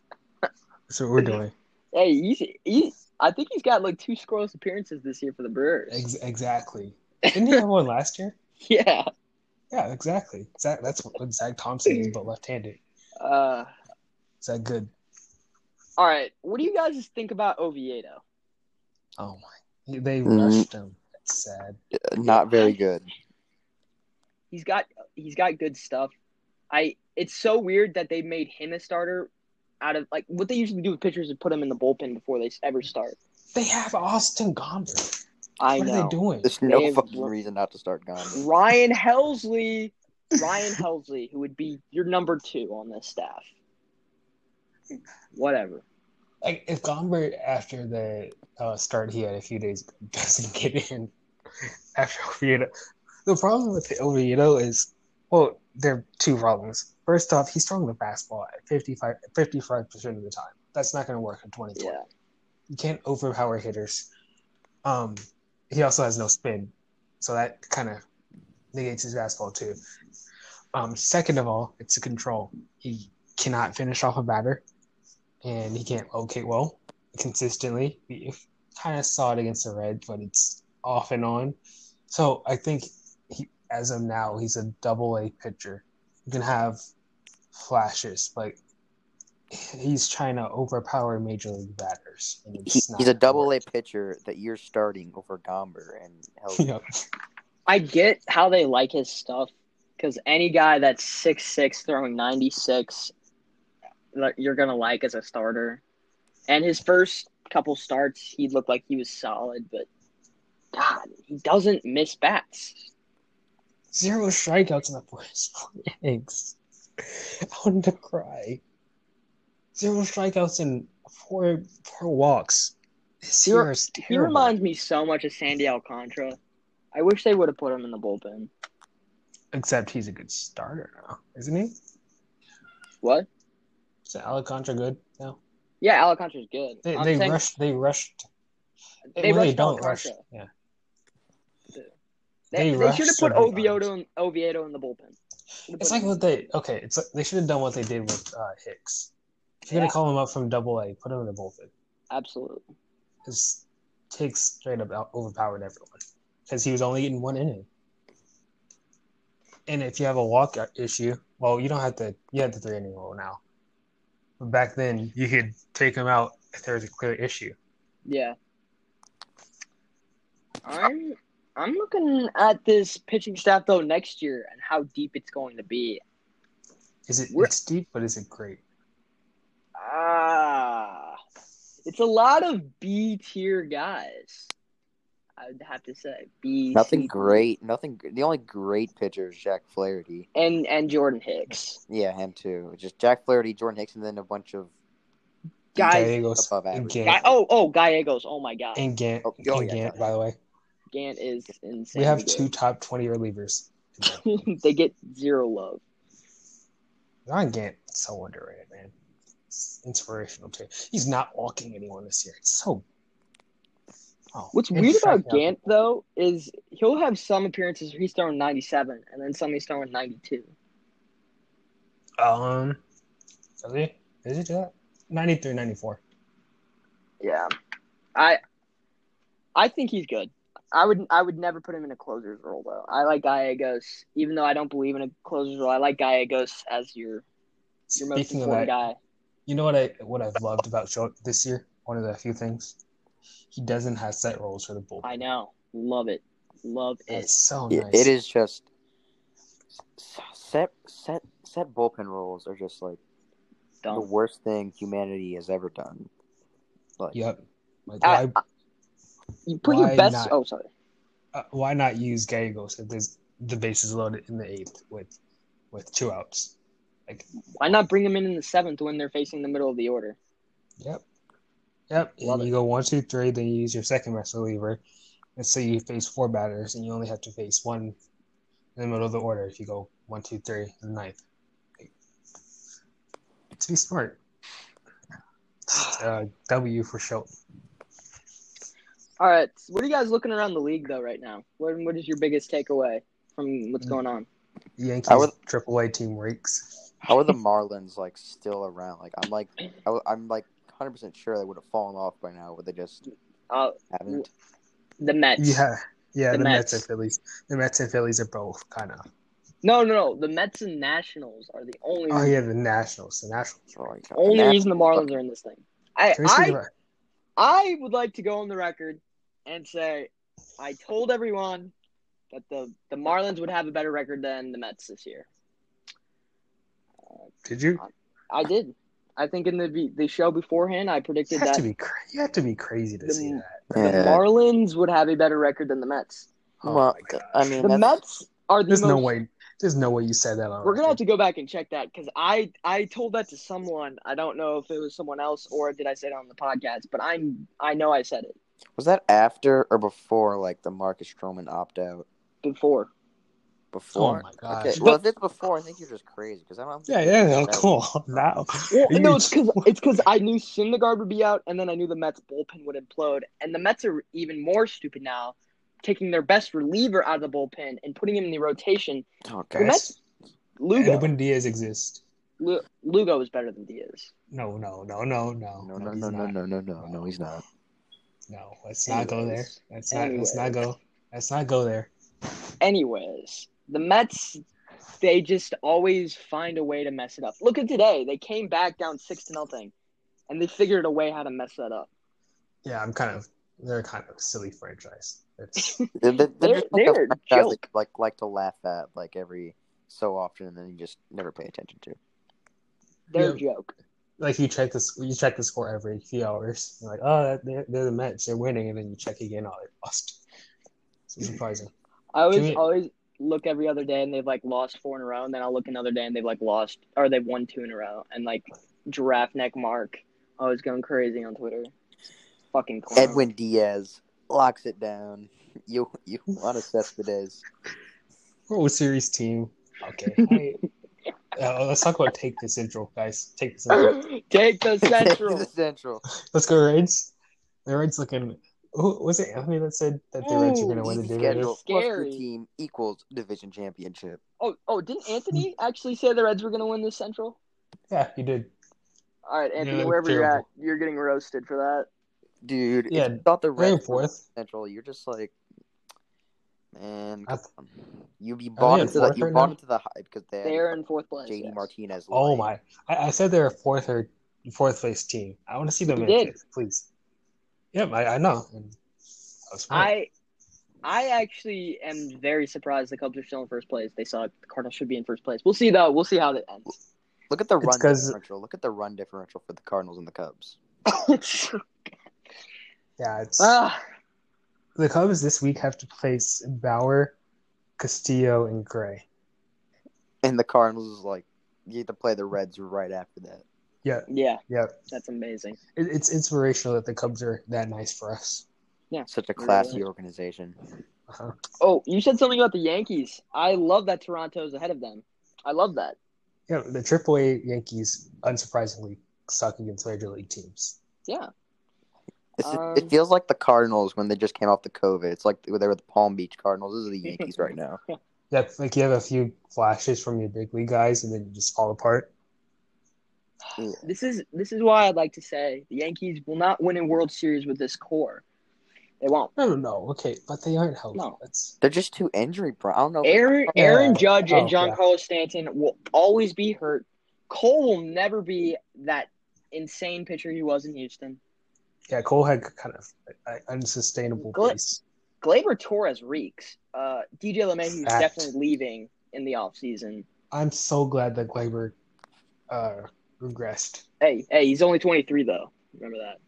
S2: what we're doing.
S1: Hey, he's, he's I think he's got like two scoreless appearances this year for the Brewers.
S2: Ex- exactly. Didn't he have one last year?
S1: Yeah.
S2: Yeah, exactly. Zach, that's what Zach Thompson is, but left-handed.
S1: Uh,
S2: Is that good?
S1: all right. What do you guys think about Oviedo?
S2: Oh my! They
S1: Mm-hmm.
S3: Mm.
S2: rushed him. That's sad.
S3: Uh, Not very good.
S1: He's got he's got good stuff. I it's so weird that they made him a starter out of like what they usually do with pitchers is put him in the bullpen before they ever start.
S2: They have Austin Gomber.
S1: I
S2: What
S1: know.
S2: are they doing?
S3: There's no
S1: They've-
S3: fucking reason not to start Gomber.
S1: Ryan Helsley, Ryan Helsley, who would be your number two on this staff. Whatever.
S2: Like if Gomber after the uh, start he had a few days ago, doesn't get in after Oviedo, the problem with the Oviedo is well, there are two problems. First off, he's throwing the fastball at 55 percent of the time. That's not going to work in twenty twenty.
S1: Yeah.
S2: You can't overpower hitters. Um, he also has no spin, so that kind of negates his fastball too. Um, second of all, it's a control. He cannot finish off a batter, and he can't locate well consistently. We kind of saw it against the Reds, but it's off and on. So I think he, as of now, he's a double A pitcher. You can have flashes, but he's trying to overpower major league batters. And
S3: He-
S2: it's not
S3: he's a
S2: gonna
S3: double
S2: work.
S3: A pitcher that you're starting over Gomber and Helsley.
S2: Yeah.
S1: I get how they like his stuff because any guy that's six six throwing ninety six, you're gonna like as a starter. And his first couple starts, he looked like he was solid, but God, he doesn't miss bats.
S2: Zero strikeouts in the first four innings. I wanted to cry. Zero strikeouts and four four walks. This
S1: He
S2: year
S1: re-
S2: is
S1: He
S2: terrible.
S1: reminds me so much of Sandy Alcantara. I wish they would have put him in the bullpen.
S2: Except he's a good starter now, isn't he?
S1: What?
S2: Is Alcantara good now?
S1: Yeah, Alcantara's good.
S2: They,
S1: I'm
S2: they
S1: saying
S2: rushed. They rushed.
S1: They
S2: well,
S1: rushed
S2: don't rush.
S1: Alcantara.
S2: Yeah,
S1: They,
S2: they
S1: they
S2: rushed
S1: should have put
S2: certain
S1: Oviedo in, Oviedo in the bullpen. Should've
S2: it's
S1: put
S2: like
S1: him-
S2: what they okay. It's like, they should have done what they did with uh, Hicks. If
S1: Yeah.
S2: you're gonna call him up from Double A, put him in the bullpen.
S1: absolutely.
S2: Because Hicks straight up out- overpowered everyone because he was only getting one inning. And if you have a walk issue, well, you don't have to. You have the three inning rule now. But back then, you could take him out if there was a clear issue.
S1: Yeah. I'm I'm looking at this pitching staff though next year and how deep it's going to be.
S2: Is it?
S1: We're-
S2: It's deep, but is it great?
S1: Ah, it's a lot of B tier guys. I'd have to say B.
S3: Nothing
S1: C,
S3: great. Nothing. gr- The only great pitcher is Jack Flaherty.
S1: And and Jordan Hicks
S3: Yeah, him too. Just Jack Flaherty, Jordan Hicks, and then a bunch of
S1: guys.
S2: Gallegos
S3: above average.
S2: and
S1: Guy,
S2: Gant,
S1: oh oh Gallegos. Oh my God,
S2: and Gant,
S3: Oh, oh,
S2: and
S3: yeah,
S2: Gant,
S3: yeah.
S2: by the way,
S1: Gant is insane.
S2: we have two top twenty relievers.
S1: they get zero love.
S2: John Gant, is so underrated, man. It's inspirational too. He's not walking anyone this year. It's so. Oh,
S1: What's
S2: and
S1: weird about
S2: striking out
S1: Gant
S2: people.
S1: though is he'll have some appearances where he's throwing 97 and then some he's throwing 92.
S2: Um, does he? Does he do that? 93, 94.
S1: Yeah. I I think he's good. I would I would never put him in a closer's role though. I like Gallegos, even though I don't believe in a closer's role. I like Gallegos as your your most
S2: Speaking of
S1: important
S2: that,
S1: guy.
S2: you know what I what I've loved about Schultz this year? One of the few things he doesn't have set roles for the bullpen.
S1: I know. Love it. Love it.
S2: That's so
S3: Yeah,
S2: Oh, nice.
S3: It is just s- set set set bullpen rules are just like the
S1: Dumb.
S3: worst thing humanity has ever done. Like
S2: Yep. Like,
S1: I-
S2: why-
S1: You put your
S2: Why
S1: best
S2: not?
S1: Oh, sorry.
S2: uh, why not use Gallegos if there's the bases loaded in the eighth with with two outs? Like,
S1: Why not bring them in in the seventh when they're facing the middle of the order?
S2: yep, yep.
S1: Love
S2: and you go one, two, three. Then you use your second best reliever. Let's say you face four batters and you only have to face one in the middle of the order. If you go one, two, three, in the ninth. Like, to be smart. Uh, w for Schultz.
S1: All right, what are you guys looking around the league though right now? What what is your biggest takeaway from
S2: Mm.
S1: what's going on?
S2: Yankees
S3: I would-
S2: triple A team rakes.
S3: How are the Marlins like still around? Like I'm like I, am like 100 percent sure they would have fallen off by now, but they just
S1: Uh,
S3: haven't.
S1: the Mets.
S2: Yeah, yeah,
S1: The
S2: the, Mets.
S1: Mets.
S2: and Phillies. The Mets and Phillies are both kind of.
S1: No, no, no. The Mets and Nationals are the only
S2: Oh yeah, the Nationals. The Nationals.
S3: Oh, my God.
S1: only
S3: Nat-
S1: reason the Marlins are in this thing. I
S2: Can we speak
S1: I,
S2: about?
S1: I would like to go on the record and say I told everyone that the the Marlins would have a better record than the Mets this year. Uh,
S2: Did you?
S1: I did. I think in the the show beforehand, I
S2: You
S1: predicted
S2: have
S1: that
S2: to be. Cra- you have to be crazy to
S1: The-
S2: see that.
S1: the
S3: Yeah.
S1: Marlins would have a better record than the Mets.
S2: Oh
S3: well,
S2: my gosh.
S3: I mean,
S1: The
S3: that's-
S1: Mets are the
S2: There's no
S1: most-
S2: way. There's no way you said that on.
S1: We're gonna have
S2: record.
S1: to go back and check that because I I told that to someone. I don't know if it was someone else or did I say it on the podcast, but I'm I know I said it
S3: was that after or before like the Marcus Stroman opt out?
S1: before.
S3: Before.
S2: Oh my gosh.
S3: Okay. Well, if it's before, I think you're just crazy because I don't.
S2: Yeah,
S3: think-
S2: yeah, no, come on now.
S1: Well,
S2: Are
S1: no,
S2: you-
S1: it's because it's because I knew Syndergaard would be out, and then I knew the Mets bullpen would implode, and the Mets are even more stupid now, taking their best reliever out of the bullpen and putting him in the rotation.
S3: Oh,
S1: The
S3: God.
S1: Mets, Lugo,
S2: And when Diaz exists.
S1: Lu- Lugo is better than Diaz.
S2: No, no, no, no, no,
S3: No, no,
S2: he's
S3: no, no,
S2: not.
S3: no, no, no, no. He's not.
S2: No, let's not go there.
S1: Anyways.
S2: Let's not. Let's not
S1: Anyways.
S2: go. Let's not go there.
S1: Anyways, the Mets, they just always find a way to mess it up. Look at today; they came back down six to nothing, and they figured a way how to mess that up.
S2: Yeah, I'm kind of. They're kind of a silly franchise. It's,
S3: They're, they're,
S1: They're-
S3: just like a
S1: they're a
S3: franchise that
S1: joke.
S3: you, like like to laugh at like every so often, and then you just never pay attention to.
S1: They're
S2: Yeah.
S1: a joke.
S2: like you check the sc- you check the score every few hours. You're like, oh, that- they're, they're the Mets, they're winning, and then you check again, oh, they lost. It's surprising.
S1: I always
S2: Can we-
S1: always look every other day and they've like lost four in a row, and then I'll look another day and they've like lost or they've won two in a row. And like giraffe neck Mark, I was going crazy on Twitter. Fucking clown.
S3: Edwin Diaz locks it down. You you want a Cespedes?
S2: World Series team. Okay, I- uh, let's talk about take the Central, guys. Take the Central.
S1: Take the
S3: the
S1: central.
S3: Central.
S2: Let's go Reds. The Reds looking. Who was it? Anthony that said that the Reds are going to win the
S1: Ooh,
S2: division.
S3: Schedule plus
S1: Scary.
S3: the team equals division championship.
S1: oh, oh, didn't Anthony actually say the Reds were going to win this central?
S2: Yeah, he did.
S1: All right, Anthony,
S2: look
S1: wherever you're at,
S2: terrible.
S1: you're getting roasted for that.
S3: Dude,
S2: Yeah,
S3: if you thought the
S2: They're in
S3: Reds were
S2: fourth.
S3: Central, you're just like, man,
S2: I-
S3: come on. you you
S2: Are
S3: bought
S2: they in
S3: into the
S2: fourth
S3: you
S2: right
S3: bought
S2: now?
S3: into the hype because they
S1: They're
S3: had
S1: in fourth place.
S3: JD
S1: yes.
S3: Martinez.
S2: Oh
S3: lying.
S2: my! I, I said they're a fourth or fourth place team. I want to see them
S1: You
S2: in
S1: did.
S2: fifth, please. Yep, I, I know. And I was right.
S1: I I actually am very surprised the Cubs are still in first place. They suck. The Cardinals should be in first place. We'll see though. We'll see how that ends.
S3: Look at the
S2: It's
S3: run
S2: 'cause-
S3: differential. Look at the run differential for the Cardinals and the Cubs.
S2: Yeah, it's
S1: Ah,
S2: the Cubs this week have to place Bauer, Castillo, and Gray.
S3: And the Cardinals is like, you have to play the Reds right after that.
S2: Yeah,
S1: yeah,
S2: yeah.
S1: that's amazing.
S2: It, it's inspirational that the Cubs are that nice for us.
S3: Such a
S1: Really?
S3: classy organization.
S2: Uh-huh.
S1: Oh, you said something about the Yankees. I love that Toronto's ahead of them. I love that.
S2: Yeah, the AAA Yankees, unsurprisingly, suck against major league teams.
S1: Yeah.
S3: It's,
S1: Um,
S3: it feels like the Cardinals when they just came off the COVID. It's like they were the Palm Beach Cardinals. This is the Yankees right now.
S2: Yeah, like you have a few flashes from your big league guys, and then you just fall apart.
S3: Yeah.
S1: This is this is why I'd like to say the Yankees will not win a World Series with this core. They won't.
S2: No, no, no. Okay, but they aren't healthy.
S1: No.
S2: That's
S3: They're just too injury prone. I don't know. if-
S1: Aaron Aaron Judge
S2: Oh,
S1: and John
S2: yeah.
S1: Carlos Stanton will always be hurt. Cole will never be that insane pitcher he was in Houston.
S2: yeah. Cole had kind of an unsustainable
S1: Gl-
S2: pace.
S1: Glaber Torres reeks. Uh, DJ LeMahieu's
S2: Fact.
S1: definitely leaving in the offseason.
S2: I'm so glad that Glaber uh, regressed.
S1: Hey, hey, he's only 23, though. Remember that.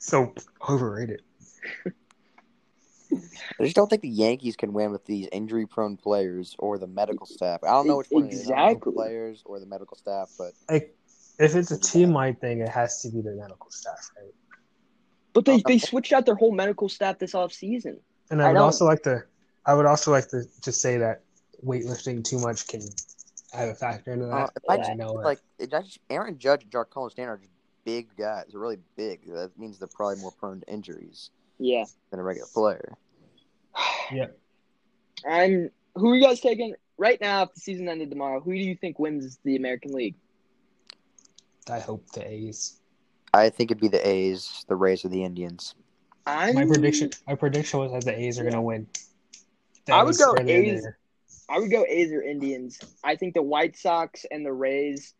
S2: so overrated.
S3: I just don't think the Yankees can win with these injury-prone players or the medical staff. I don't know which one it is. I don't know if
S1: E-, Exactly.
S3: players or the medical staff, but
S2: Like, if it's a team-wide thing, it has to be their medical staff, right?
S1: But they,
S3: Okay.
S1: they switched out their whole medical staff this offseason.
S2: And I
S1: I
S2: would
S1: don't-
S2: also like to, I would also like to just say that weightlifting too much can have a factor into that.
S3: uh, if I
S1: yeah,
S2: and I
S3: just
S2: know it.
S3: like if I just, Aaron Judge and Jarquelin Stan are just big guys. They're really big. That means they're probably more prone to injuries
S1: Yeah.
S3: than a regular player.
S1: I'm who are you guys taking right now if the season ended tomorrow? Who do you think wins the American League?
S2: I hope the A's.
S3: I think it'd be the A's, the Rays, or the Indians.
S1: I'm
S2: My prediction, my prediction was that the A's are gonna win. That
S1: I would
S2: was
S1: go
S2: earlier in the
S1: A's.
S2: year.
S1: I would go A's or Indians. I think the White Sox and the Rays,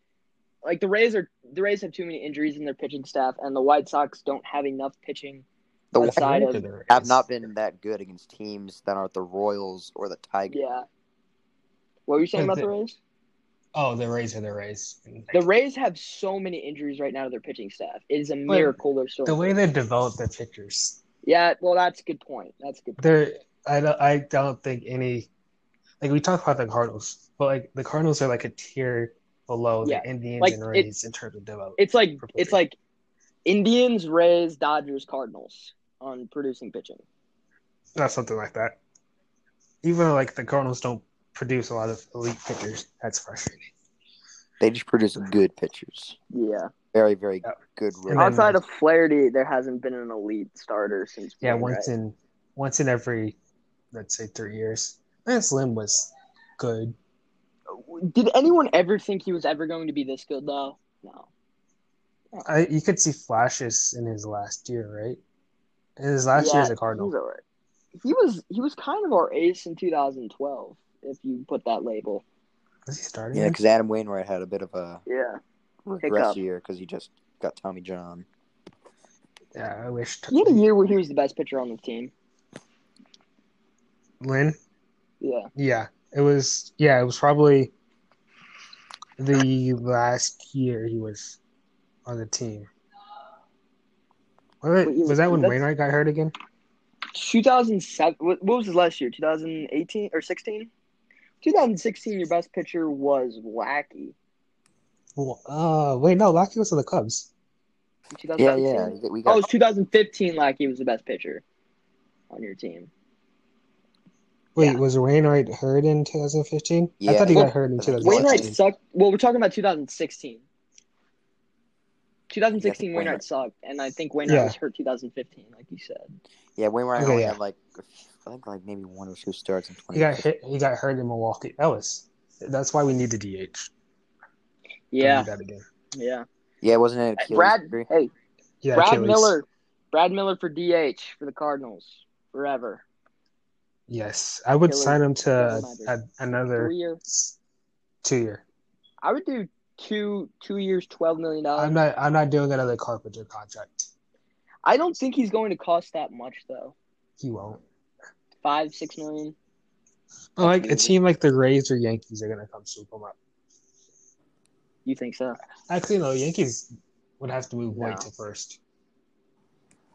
S1: like the Rays are the Rays have too many injuries in their pitching staff, and the White Sox don't have enough pitching.
S3: The
S1: That's-
S3: White
S1: Side of-
S2: Look at the Rays.
S3: have not been that good against teams that aren't the Royals or the Tigers.
S1: Yeah. What were you saying
S2: But
S1: about the
S2: the-
S1: Rays?
S2: Oh, the Rays are the Rays.
S1: The Rays have so many injuries right now to their pitching staff. It is a
S2: But
S1: miracle they're still.
S2: the way they develop their pitchers,
S1: yeah, well, that's a good point. That's a good. Point.
S2: they're I don't I don't think any like we talk about the Cardinals, but like the Cardinals are like a tier below
S1: Yeah,
S2: the Indians
S1: like,
S2: and
S1: it-
S2: Rays in terms of development.
S1: It's like
S2: Perfect.
S1: it's like Indians, Rays, Dodgers, Cardinals on producing pitching.
S2: not something like that. Even though, like the Cardinals don't produce a lot of elite pitchers, that's frustrating.
S3: They just produce good pitchers.
S1: Yeah.
S3: Very, very
S2: Yeah.
S3: good.
S2: And then-
S1: Outside of Flaherty, there hasn't been an elite starter since.
S2: Yeah,
S1: Wainwright.
S2: once in once in every let's say three years. Lance Lynn was good.
S1: Did anyone ever think he was ever going to be this good, though? No.
S2: I you could see flashes in his last year, right? In his last year as a
S1: He
S2: Cardinal.
S1: was, all right. he was he was kind of our ace in 2012, if you put that label.
S2: Was he starting?
S3: yeah, because Adam Wainwright had a bit of a
S1: Yeah.
S3: regress
S1: Hiccup.
S3: year because he just got Tommy John.
S2: yeah I wish
S1: He had a year where he was the best pitcher on the team.
S2: Lynn.
S1: Yeah.
S2: Yeah. It was yeah, it was probably the last year he was on the team. Was,
S1: Wait,
S2: it,
S1: you-
S2: was that when
S1: that's-
S2: Wainwright got hurt again?
S1: 2007. What what was his last year? 2018 or 16? 2016. Your best pitcher was Wacky.
S2: Well, uh, wait, no, Lockheed was on the Cubs.
S3: Yeah,
S1: 2017?
S3: yeah. We
S1: Oh, it
S3: got
S1: was 2015. Lackey was the best pitcher on your team.
S2: Wait,
S1: Yeah.
S2: was Wainwright hurt in 2015? I
S3: Yeah,
S2: thought he
S1: well,
S2: got hurt in
S3: I think he was.
S2: 2016.
S1: Wainwright sucked. Well, we're talking about 2016. 2016
S3: Yeah, I think
S1: Wainwright,
S3: Wainwright-
S1: sucked, and I think Wainwright
S2: Yeah.
S1: was hurt 2015, like you said.
S3: yeah. Wainwright
S2: Okay,
S3: only
S2: yeah.
S3: had like I think like maybe one or two starts in
S2: He
S3: twenty.
S2: got hit. He got hurt in Milwaukee. That was. That's why we need the DH. Don't
S1: Yeah,
S2: do that again.
S1: yeah.
S3: Yeah, wasn't it Achilles
S1: Brad,
S3: injury?
S1: hey,
S2: Mm-hmm. Yeah,
S1: Brad
S2: Achilles.
S1: Miller, Brad Miller for DH for the Cardinals forever.
S2: Yes, I would
S1: Achilles.
S2: sign him to
S1: Doesn't
S2: a,
S1: matter.
S2: another
S1: Three year.
S2: two year.
S1: I would do two two years, twelve million dollars.
S2: I'm not. I'm not doing another Carpenter contract.
S1: I don't think he's going to cost that much though.
S2: He won't.
S1: Five, six million.
S2: But like a
S1: Absolutely.
S2: team like the Rays or Yankees are gonna come swoop him up.
S1: You think so?
S2: Actually, no. Yankees would have to move
S1: No.
S2: White to first.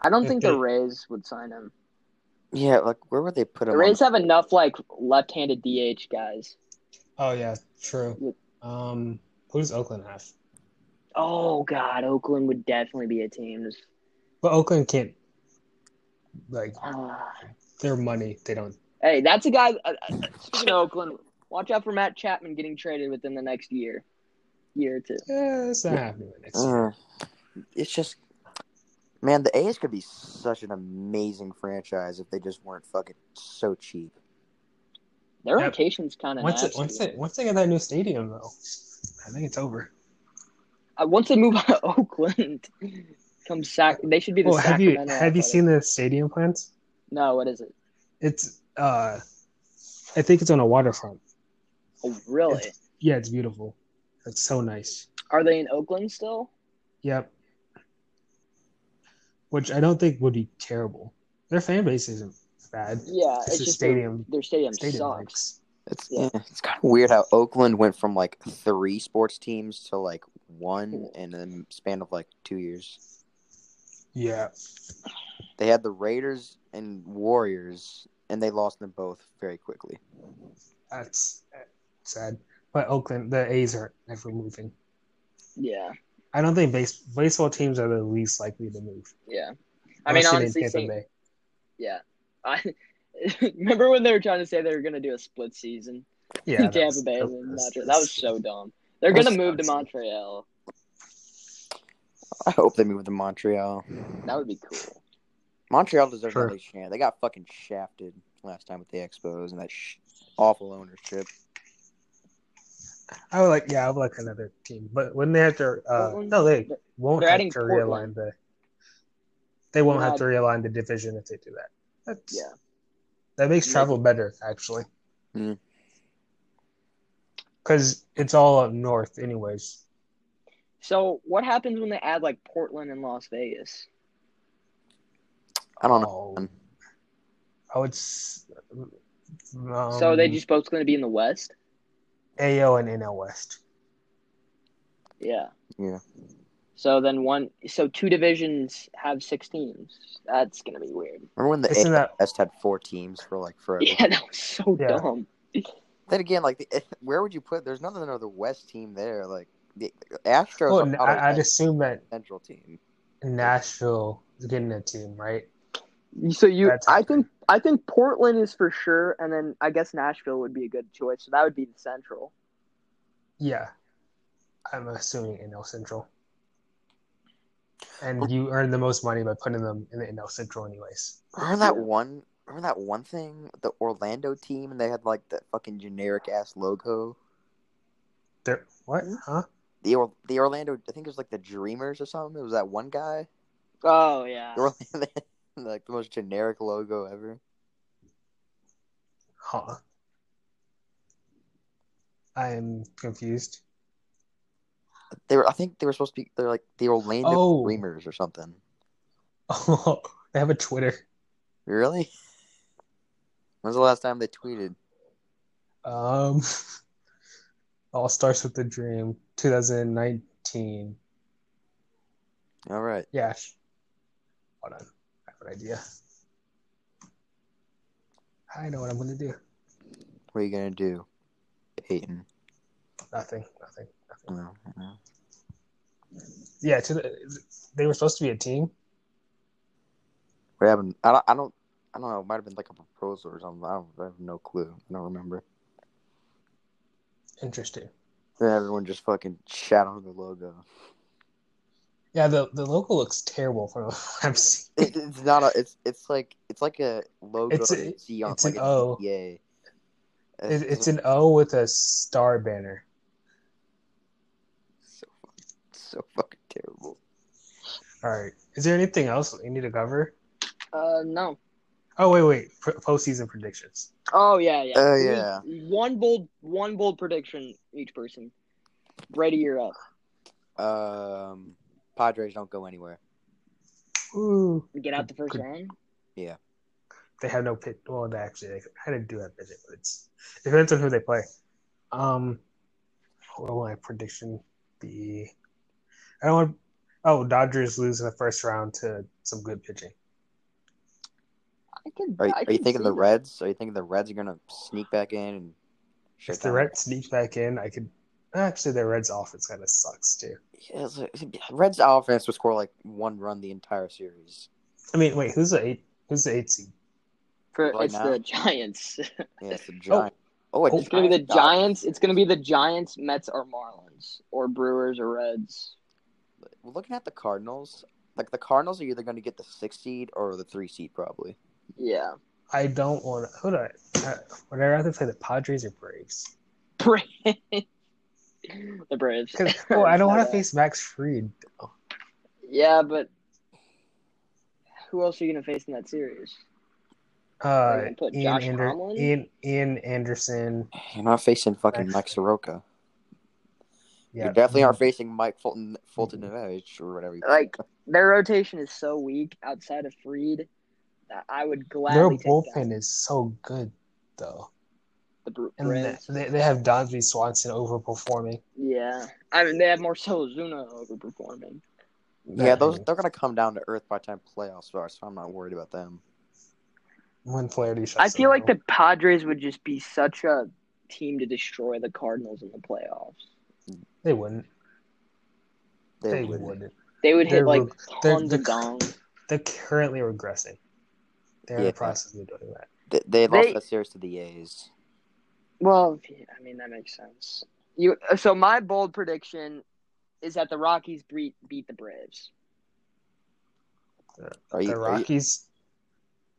S1: I don't
S2: If
S1: think the
S2: they-
S1: Rays would sign him.
S3: Yeah, like where would they put him?
S1: The
S3: on
S1: Rays
S3: the-
S1: have enough like left-handed DH guys.
S2: Oh yeah, true.
S1: Yep.
S2: Um, who does Oakland have?
S1: Oh God, Oakland would definitely be a team. Just,
S2: But Oakland can't. Like
S1: ah.
S2: their money, they don't.
S1: hey, that's a guy. Uh, uh, speaking of Oakland, watch out for Matt Chapman getting traded within the next year, year or two.
S2: Eh, it's not happening next year.
S3: Mm. it's just, man, the A's could be such an amazing franchise if they just weren't fucking so cheap.
S1: Their
S2: Yep.
S1: rotation's kind of
S2: Once it,
S1: nasty.
S2: once it, once they get that new stadium, though, I think it's over.
S1: Uh, once they move out of Oakland, come sac. They should be the
S2: Well, have you
S1: Sacramento
S2: have you
S1: Athletics.
S2: seen the stadium plans?
S1: No, what is it?
S2: It's uh, I think it's on a waterfront.
S1: Oh, really?
S2: It's- Yeah, it's beautiful. It's so nice.
S1: Are they in Oakland still?
S2: Yep. Which I don't think would be terrible. Their fan base isn't bad.
S1: Yeah,
S2: It's,
S1: it's,
S2: a
S1: just their-
S2: stadium.
S1: Their, stadium,
S2: Stadium
S1: sucks.
S2: likes.
S3: It's
S1: Yeah.
S3: yeah, it's kind of weird how Oakland went from like three sports teams to like one in the span of like two years.
S2: Yeah.
S3: They had the Raiders and Warriors, and they lost them both very quickly.
S2: That's uh, sad. But Oakland, the A's are never moving.
S1: Yeah,
S2: I don't think base, baseball teams are the least likely to move.
S1: yeah. I mean,
S2: Unless you're in
S1: honestly,
S2: Tampa
S1: seeing-
S2: Bay.
S1: yeah. I remember when they were trying to say they were gonna do a split season.
S2: yeah,
S1: Yeah,
S2: that
S1: Tampa
S2: was-
S1: Bay
S2: that
S1: and
S2: was-
S1: Montreal. That was so dumb. They're
S2: That was
S1: gonna move to
S2: awesome.
S1: Montreal.
S3: I hope they move to Montreal.
S1: That would be cool.
S3: Montreal deserves
S2: Sure.
S3: all they can. They got fucking shafted last time with the Expos and that sh- awful ownership.
S2: I would like, yeah, I would like another team, but when they have to, uh,
S1: Portland?
S2: no, they
S1: They're-
S2: won't
S1: they're
S2: have
S1: adding
S2: to
S1: Portland.
S2: realign the. They won't
S1: They're
S2: have to realign the division if they do that. That's,
S1: Yeah.
S2: that makes
S1: Make-
S2: travel better actually,
S3: Mm.
S2: because it's all up north, anyways.
S1: So what happens when they add like Portland and Las Vegas?
S3: I don't know.
S2: Oh, I would. s- Um,
S1: so they just both gonna be in the West?
S2: AO and NL West.
S1: Yeah.
S3: Yeah.
S1: So then one, so two divisions have six teams. That's gonna be weird.
S3: Remember when the
S2: Isn't that
S3: AS had four teams for like forever?
S1: Yeah, that was so
S2: Yeah.
S1: dumb.
S3: Then again, like, the, where would you put? There's nothing another West team there. Like the Astros
S2: Well,
S3: are
S2: n-
S3: probably
S2: I, I'd
S3: the
S2: assume that
S3: central team.
S2: Nashville is getting a team, right?
S1: So you,
S2: That's
S1: I
S2: happening.
S1: think, I think Portland is for sure, and then I guess Nashville would be a good choice. So that would be the Central.
S2: Yeah, I'm assuming NL Central. And you earn the most money by putting them in the NL Central, anyways.
S3: Remember that
S1: Yeah.
S3: one? Remember that one thing? The Orlando team, and they had like that fucking generic ass logo.
S2: They're, what? Huh?
S3: The Or- the Orlando, I think it was like the Dreamers or something. It was that one guy.
S1: Oh yeah.
S3: The Orlando, like the most generic logo ever.
S2: Huh? I'm confused.
S3: They were, I think they were supposed to be. They're like the Orlando
S2: Oh.
S3: Dreamers or something.
S2: Oh, they have a Twitter.
S3: Really? When's the last time they tweeted?
S2: Um, all starts with the dream. 2019.
S3: All right.
S2: Yeah. Hold on. I have an idea. I know what I'm gonna do.
S3: What are you gonna do, Peyton?
S2: Nothing. Nothing. Nothing.
S3: No, no.
S2: Yeah. To the, they were supposed to be a team.
S3: What happened? I don't. I don't. I don't know. It might have been like a proposal or something. I, don't, I have no clue. I don't remember.
S2: Interesting.
S3: Then everyone just fucking shot on the logo.
S2: Yeah. The the logo looks terrible from what I'm seeing.
S3: It, it's not a. It's it's like it's like a logo.
S2: It's a-
S3: you see on
S2: it's
S3: like
S2: an
S3: a
S2: O.
S3: GTA.
S2: It, it's an O with a star banner.
S3: so fuck- so fucking terrible.
S2: All right. Is there anything else we need to cover?
S1: Uh no.
S2: Oh wait, wait. P- postseason predictions.
S1: Oh yeah, yeah.
S3: Oh,
S1: We-
S3: yeah.
S1: One bold, one bold prediction each person. Brady, you're up.
S3: Um, Padres don't go anywhere.
S2: Ooh.
S1: Get out the first round.
S2: They have no pit. Well, they actually they kind of do have pitching, but it's it depends on who they play. Um, what will my prediction be? I don't want. Oh, Dodgers lose in the first round to some good pitching.
S1: I can.
S3: Are, you-
S1: I
S3: are you
S1: can
S3: thinking
S1: see
S3: the
S1: that.
S3: Reds? Are you thinking the Reds are gonna sneak back in? And shut
S2: If the
S3: down?
S2: Reds sneak back in, I could. Actually, their Reds offense kind of sucks too.
S3: Yeah, it's like- Reds offense would score like one run the entire series.
S2: I mean, wait, who's the eight? Who's the eight seed?
S1: For,
S3: Right
S1: it's
S3: now?
S1: the Giants.
S3: Yeah, it's the Giants. Oh,
S2: Oh,
S1: it's gonna be the
S3: Giants.
S1: Giants. It's gonna be the Giants, Mets, or Marlins, or Brewers, or Reds.
S3: looking at the Cardinals, like the Cardinals are either going to get the six seed or the three seed, probably.
S1: Yeah,
S2: I don't want. Who do I? I Uh, would I rather play the Padres or Braves?
S1: Bra- the Braves.
S2: 'Cause- Oh, I don't want
S1: Yeah.
S2: to face Max Fried.
S1: Yeah, but who else are you gonna face in that series? Are you
S2: Uh,
S1: gonna put
S2: Ian,
S1: Josh
S2: Ander-
S1: Tomlin?
S2: Ian, Ian Anderson.
S3: You're not facing fucking
S2: Nice.
S3: Mike Soroka.
S2: Yeah,
S3: You definitely aren't facing Mike Fulton, Fulton Edge or whatever. You
S1: Like their rotation is so weak outside of Freed that I would
S2: Their
S1: gladly take down
S2: bullpen is so good, though,
S1: the Bru-
S2: and the,
S1: Braves.
S2: they they have Donsby Swanson overperforming.
S1: Yeah, I mean they have Marcelo Zuna overperforming.
S3: yeah, those
S2: That-
S3: they're going to come down to earth by the time playoffs start, so I'm not worried about them.
S2: when Flaherty shuts
S1: I feel
S2: him
S1: like
S2: down.
S1: the Padres would just be such a team to destroy the Cardinals in the playoffs.
S2: they wouldn't.
S3: They,
S2: They,
S3: wouldn't.
S2: wouldn't.
S1: They would
S2: They're
S1: hit like
S2: reg- they're-
S1: tons of
S2: they're-
S1: dongs.
S2: They're currently regressing. They're in
S3: Yeah.
S2: the process of doing that.
S3: They, they lost
S1: They-
S3: that series to the A's.
S1: Well, yeah, I mean that makes sense. You so my bold prediction is that the Rockies beat beat the Braves.
S3: Are you,
S2: The
S3: are you-
S2: Rockies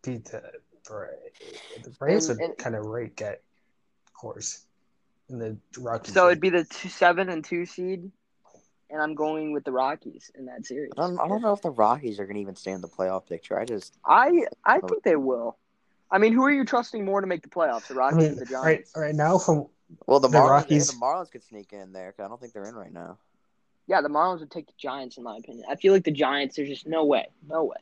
S2: beat the Braves. The Braves
S1: And-
S2: would
S1: and-
S2: kind of rake at course. And the Rockies.
S1: So
S2: would-
S1: it'd be the two, seven and two seed, and I'm going with the Rockies in that series.
S3: I, don't, I don't know if the Rockies are going to even stay in the playoff picture. I just
S1: I I think they will. I mean, who are you trusting more to make the playoffs, the
S2: I
S1: Rockies or
S2: mean,
S1: the
S2: right,
S1: Giants?
S2: right now, from
S3: well the,
S2: The
S3: Marlins
S2: Rockies-
S3: the Marlins could sneak in there 'cause I don't think they're in right now.
S1: Yeah, the Marlins would take the Giants in my opinion. I feel like the Giants. There's just no way, no way.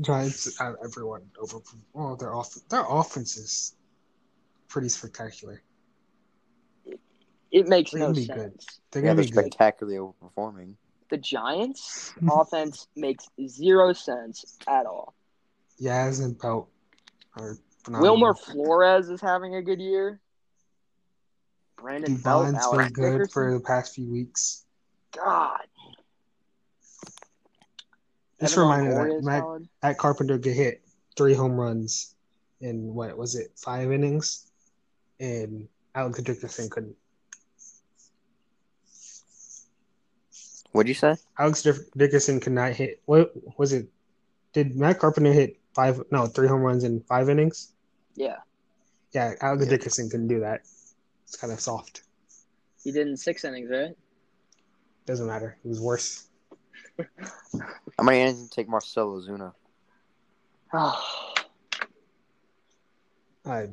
S2: Giants have everyone over. Well, their off their offense is pretty spectacular.
S1: It makes
S2: They're
S1: no
S2: gonna be
S1: sense.
S2: good. They're
S3: yeah,
S2: gonna
S3: they're
S2: be good.
S3: spectacularly overperforming.
S1: The Giants' offense makes zero sense at all.
S2: Yaz and Pelt are phenomenal.
S1: Wilmer Flores is having a good year. Brandon Belt,
S2: Devon's
S1: Alex
S2: been good
S1: Dickerson.
S2: for the past few weeks.
S1: God,
S2: Just
S1: Evan
S2: a reminder
S1: Longoria
S2: that
S1: is
S2: Matt,
S1: solid.
S2: Matt Carpenter could hit three home runs in what was it, five innings? And Alec Dickerson couldn't.
S3: What'd you say?
S2: Alex Dick- Dickerson could not hit. What was it? Did Matt Carpenter hit five? No, three home runs in five innings.
S1: Yeah,
S2: Yeah, Alec
S3: Yeah.
S2: Dickerson couldn't do that. It's kind of soft.
S1: he did in six innings, right?
S2: Doesn't matter. It was worse.
S3: How many innings did it take Marcelo Zuna?
S2: Ah.
S1: Oh,
S2: Uh,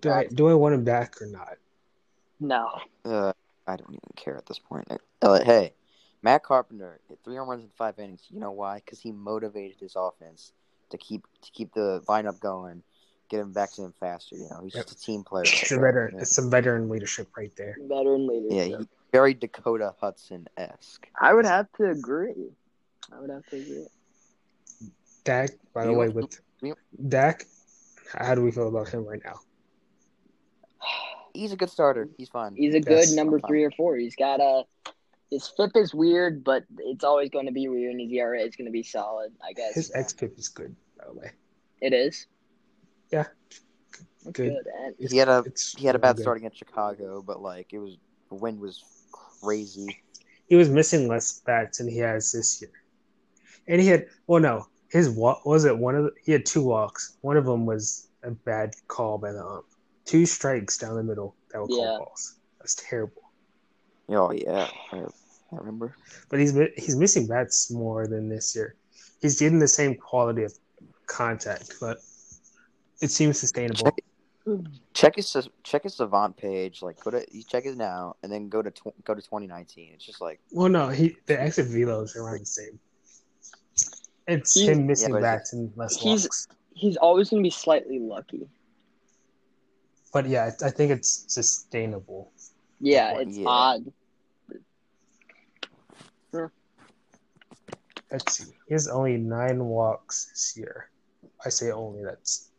S2: do I do I want him back or not?
S1: no.
S3: Uh, I don't even care at this point. Uh, hey, Matt Carpenter hit three home runs in five innings. You know why? Because he motivated his offense to keep to keep the lineup going, get him back to him faster. You know, he's
S2: Yep.
S3: just a team player.
S2: It's a veteran.
S3: Yeah.
S2: It's some veteran leadership right there.
S1: Veteran leadership.
S3: Yeah, he, very Dakota Hudson esque.
S1: I would have to agree. I would have to agree.
S2: Dak, by the
S3: You-
S2: way, with
S3: you-
S2: Dak, how do we feel about him right now?
S3: He's a good starter. He's fine.
S1: He's a good
S2: Yes.
S1: number three or four. He's got a his FIP is weird, but it's always going to be weird, and his ERA is going to be solid. I guess
S2: His ex pip is good, by the way.
S1: it is.
S2: Yeah.
S1: That's
S2: Good.
S1: good. And
S2: It's,
S3: He had a-
S2: it's
S3: He had a
S2: really
S3: bad
S2: good.
S3: start against Chicago, but like it was the wind was crazy.
S2: He was missing less bats than he has this year, and he had well, no, his walk was it one of the, he had two walks. One of them was a bad call by the ump. Two strikes down the middle that were
S1: Yeah.
S2: called balls. That's terrible.
S3: Oh yeah, I, I remember.
S2: but he's mi- he's missing bats more than this year. He's getting the same quality of contact, but it seems sustainable.
S3: Check his check his Savant page. Like go to you check it now, and then go to tw- go to 2019. It's just like
S2: Well, no, he the exit velo is around the same. It's
S1: He-
S2: him missing
S3: Yeah, but it's-
S2: bats and less
S1: He's-
S2: walks.
S1: he's always going to be slightly lucky.
S2: But yeah, I I think it's sustainable.
S1: Yeah,
S2: Well,
S1: it's
S3: yeah.
S1: odd.
S2: Let's see. He has only nine walks this year. I say only. That's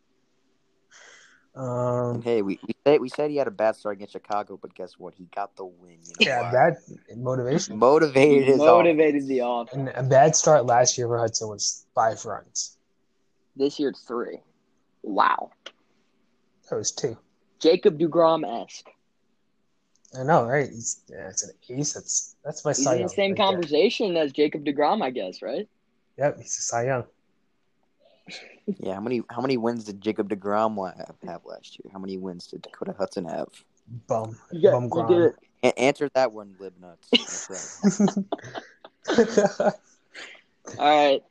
S3: and
S2: um.
S3: hey, we we said we said he had a bad start against Chicago, but guess what? He got the win. You know
S2: Yeah,
S3: why?
S2: bad motivation.
S3: motivated his
S1: motivated
S3: offense.
S1: the offense.
S2: And a bad start last year for Hudson was five runs.
S1: This year it's three. Wow.
S2: That was two.
S1: Jacob Degrom esque.
S2: I know, right? He's, yeah, it's an ace. That's that's my
S1: He's
S2: Cy
S1: in the
S2: Young
S1: same
S2: right there.
S1: conversation as Jacob Degrom, I guess, right?
S2: Yep, he's a Cy Young.
S3: Yeah, how many how many wins did Jacob Degrom la- have last year? How many wins did Dakota Hudson have?
S2: Bum,
S1: You got-
S2: bum
S1: you
S2: Grom.
S1: did it.
S3: A- answer that one, Libnuts. That's right.
S1: All right,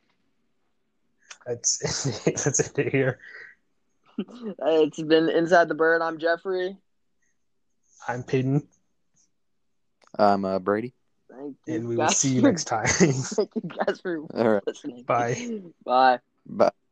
S2: that's that's it here.
S1: Uh, it's been inside the bird. I'm Jeffrey.
S2: I'm Peyton,
S3: Um, uh, Brady.
S1: Thank you.
S2: and we will
S1: guys
S2: see you
S1: for-
S2: next time.
S1: Thank you guys for
S3: All right,
S1: listening.
S2: Bye.
S1: Bye.
S3: bye.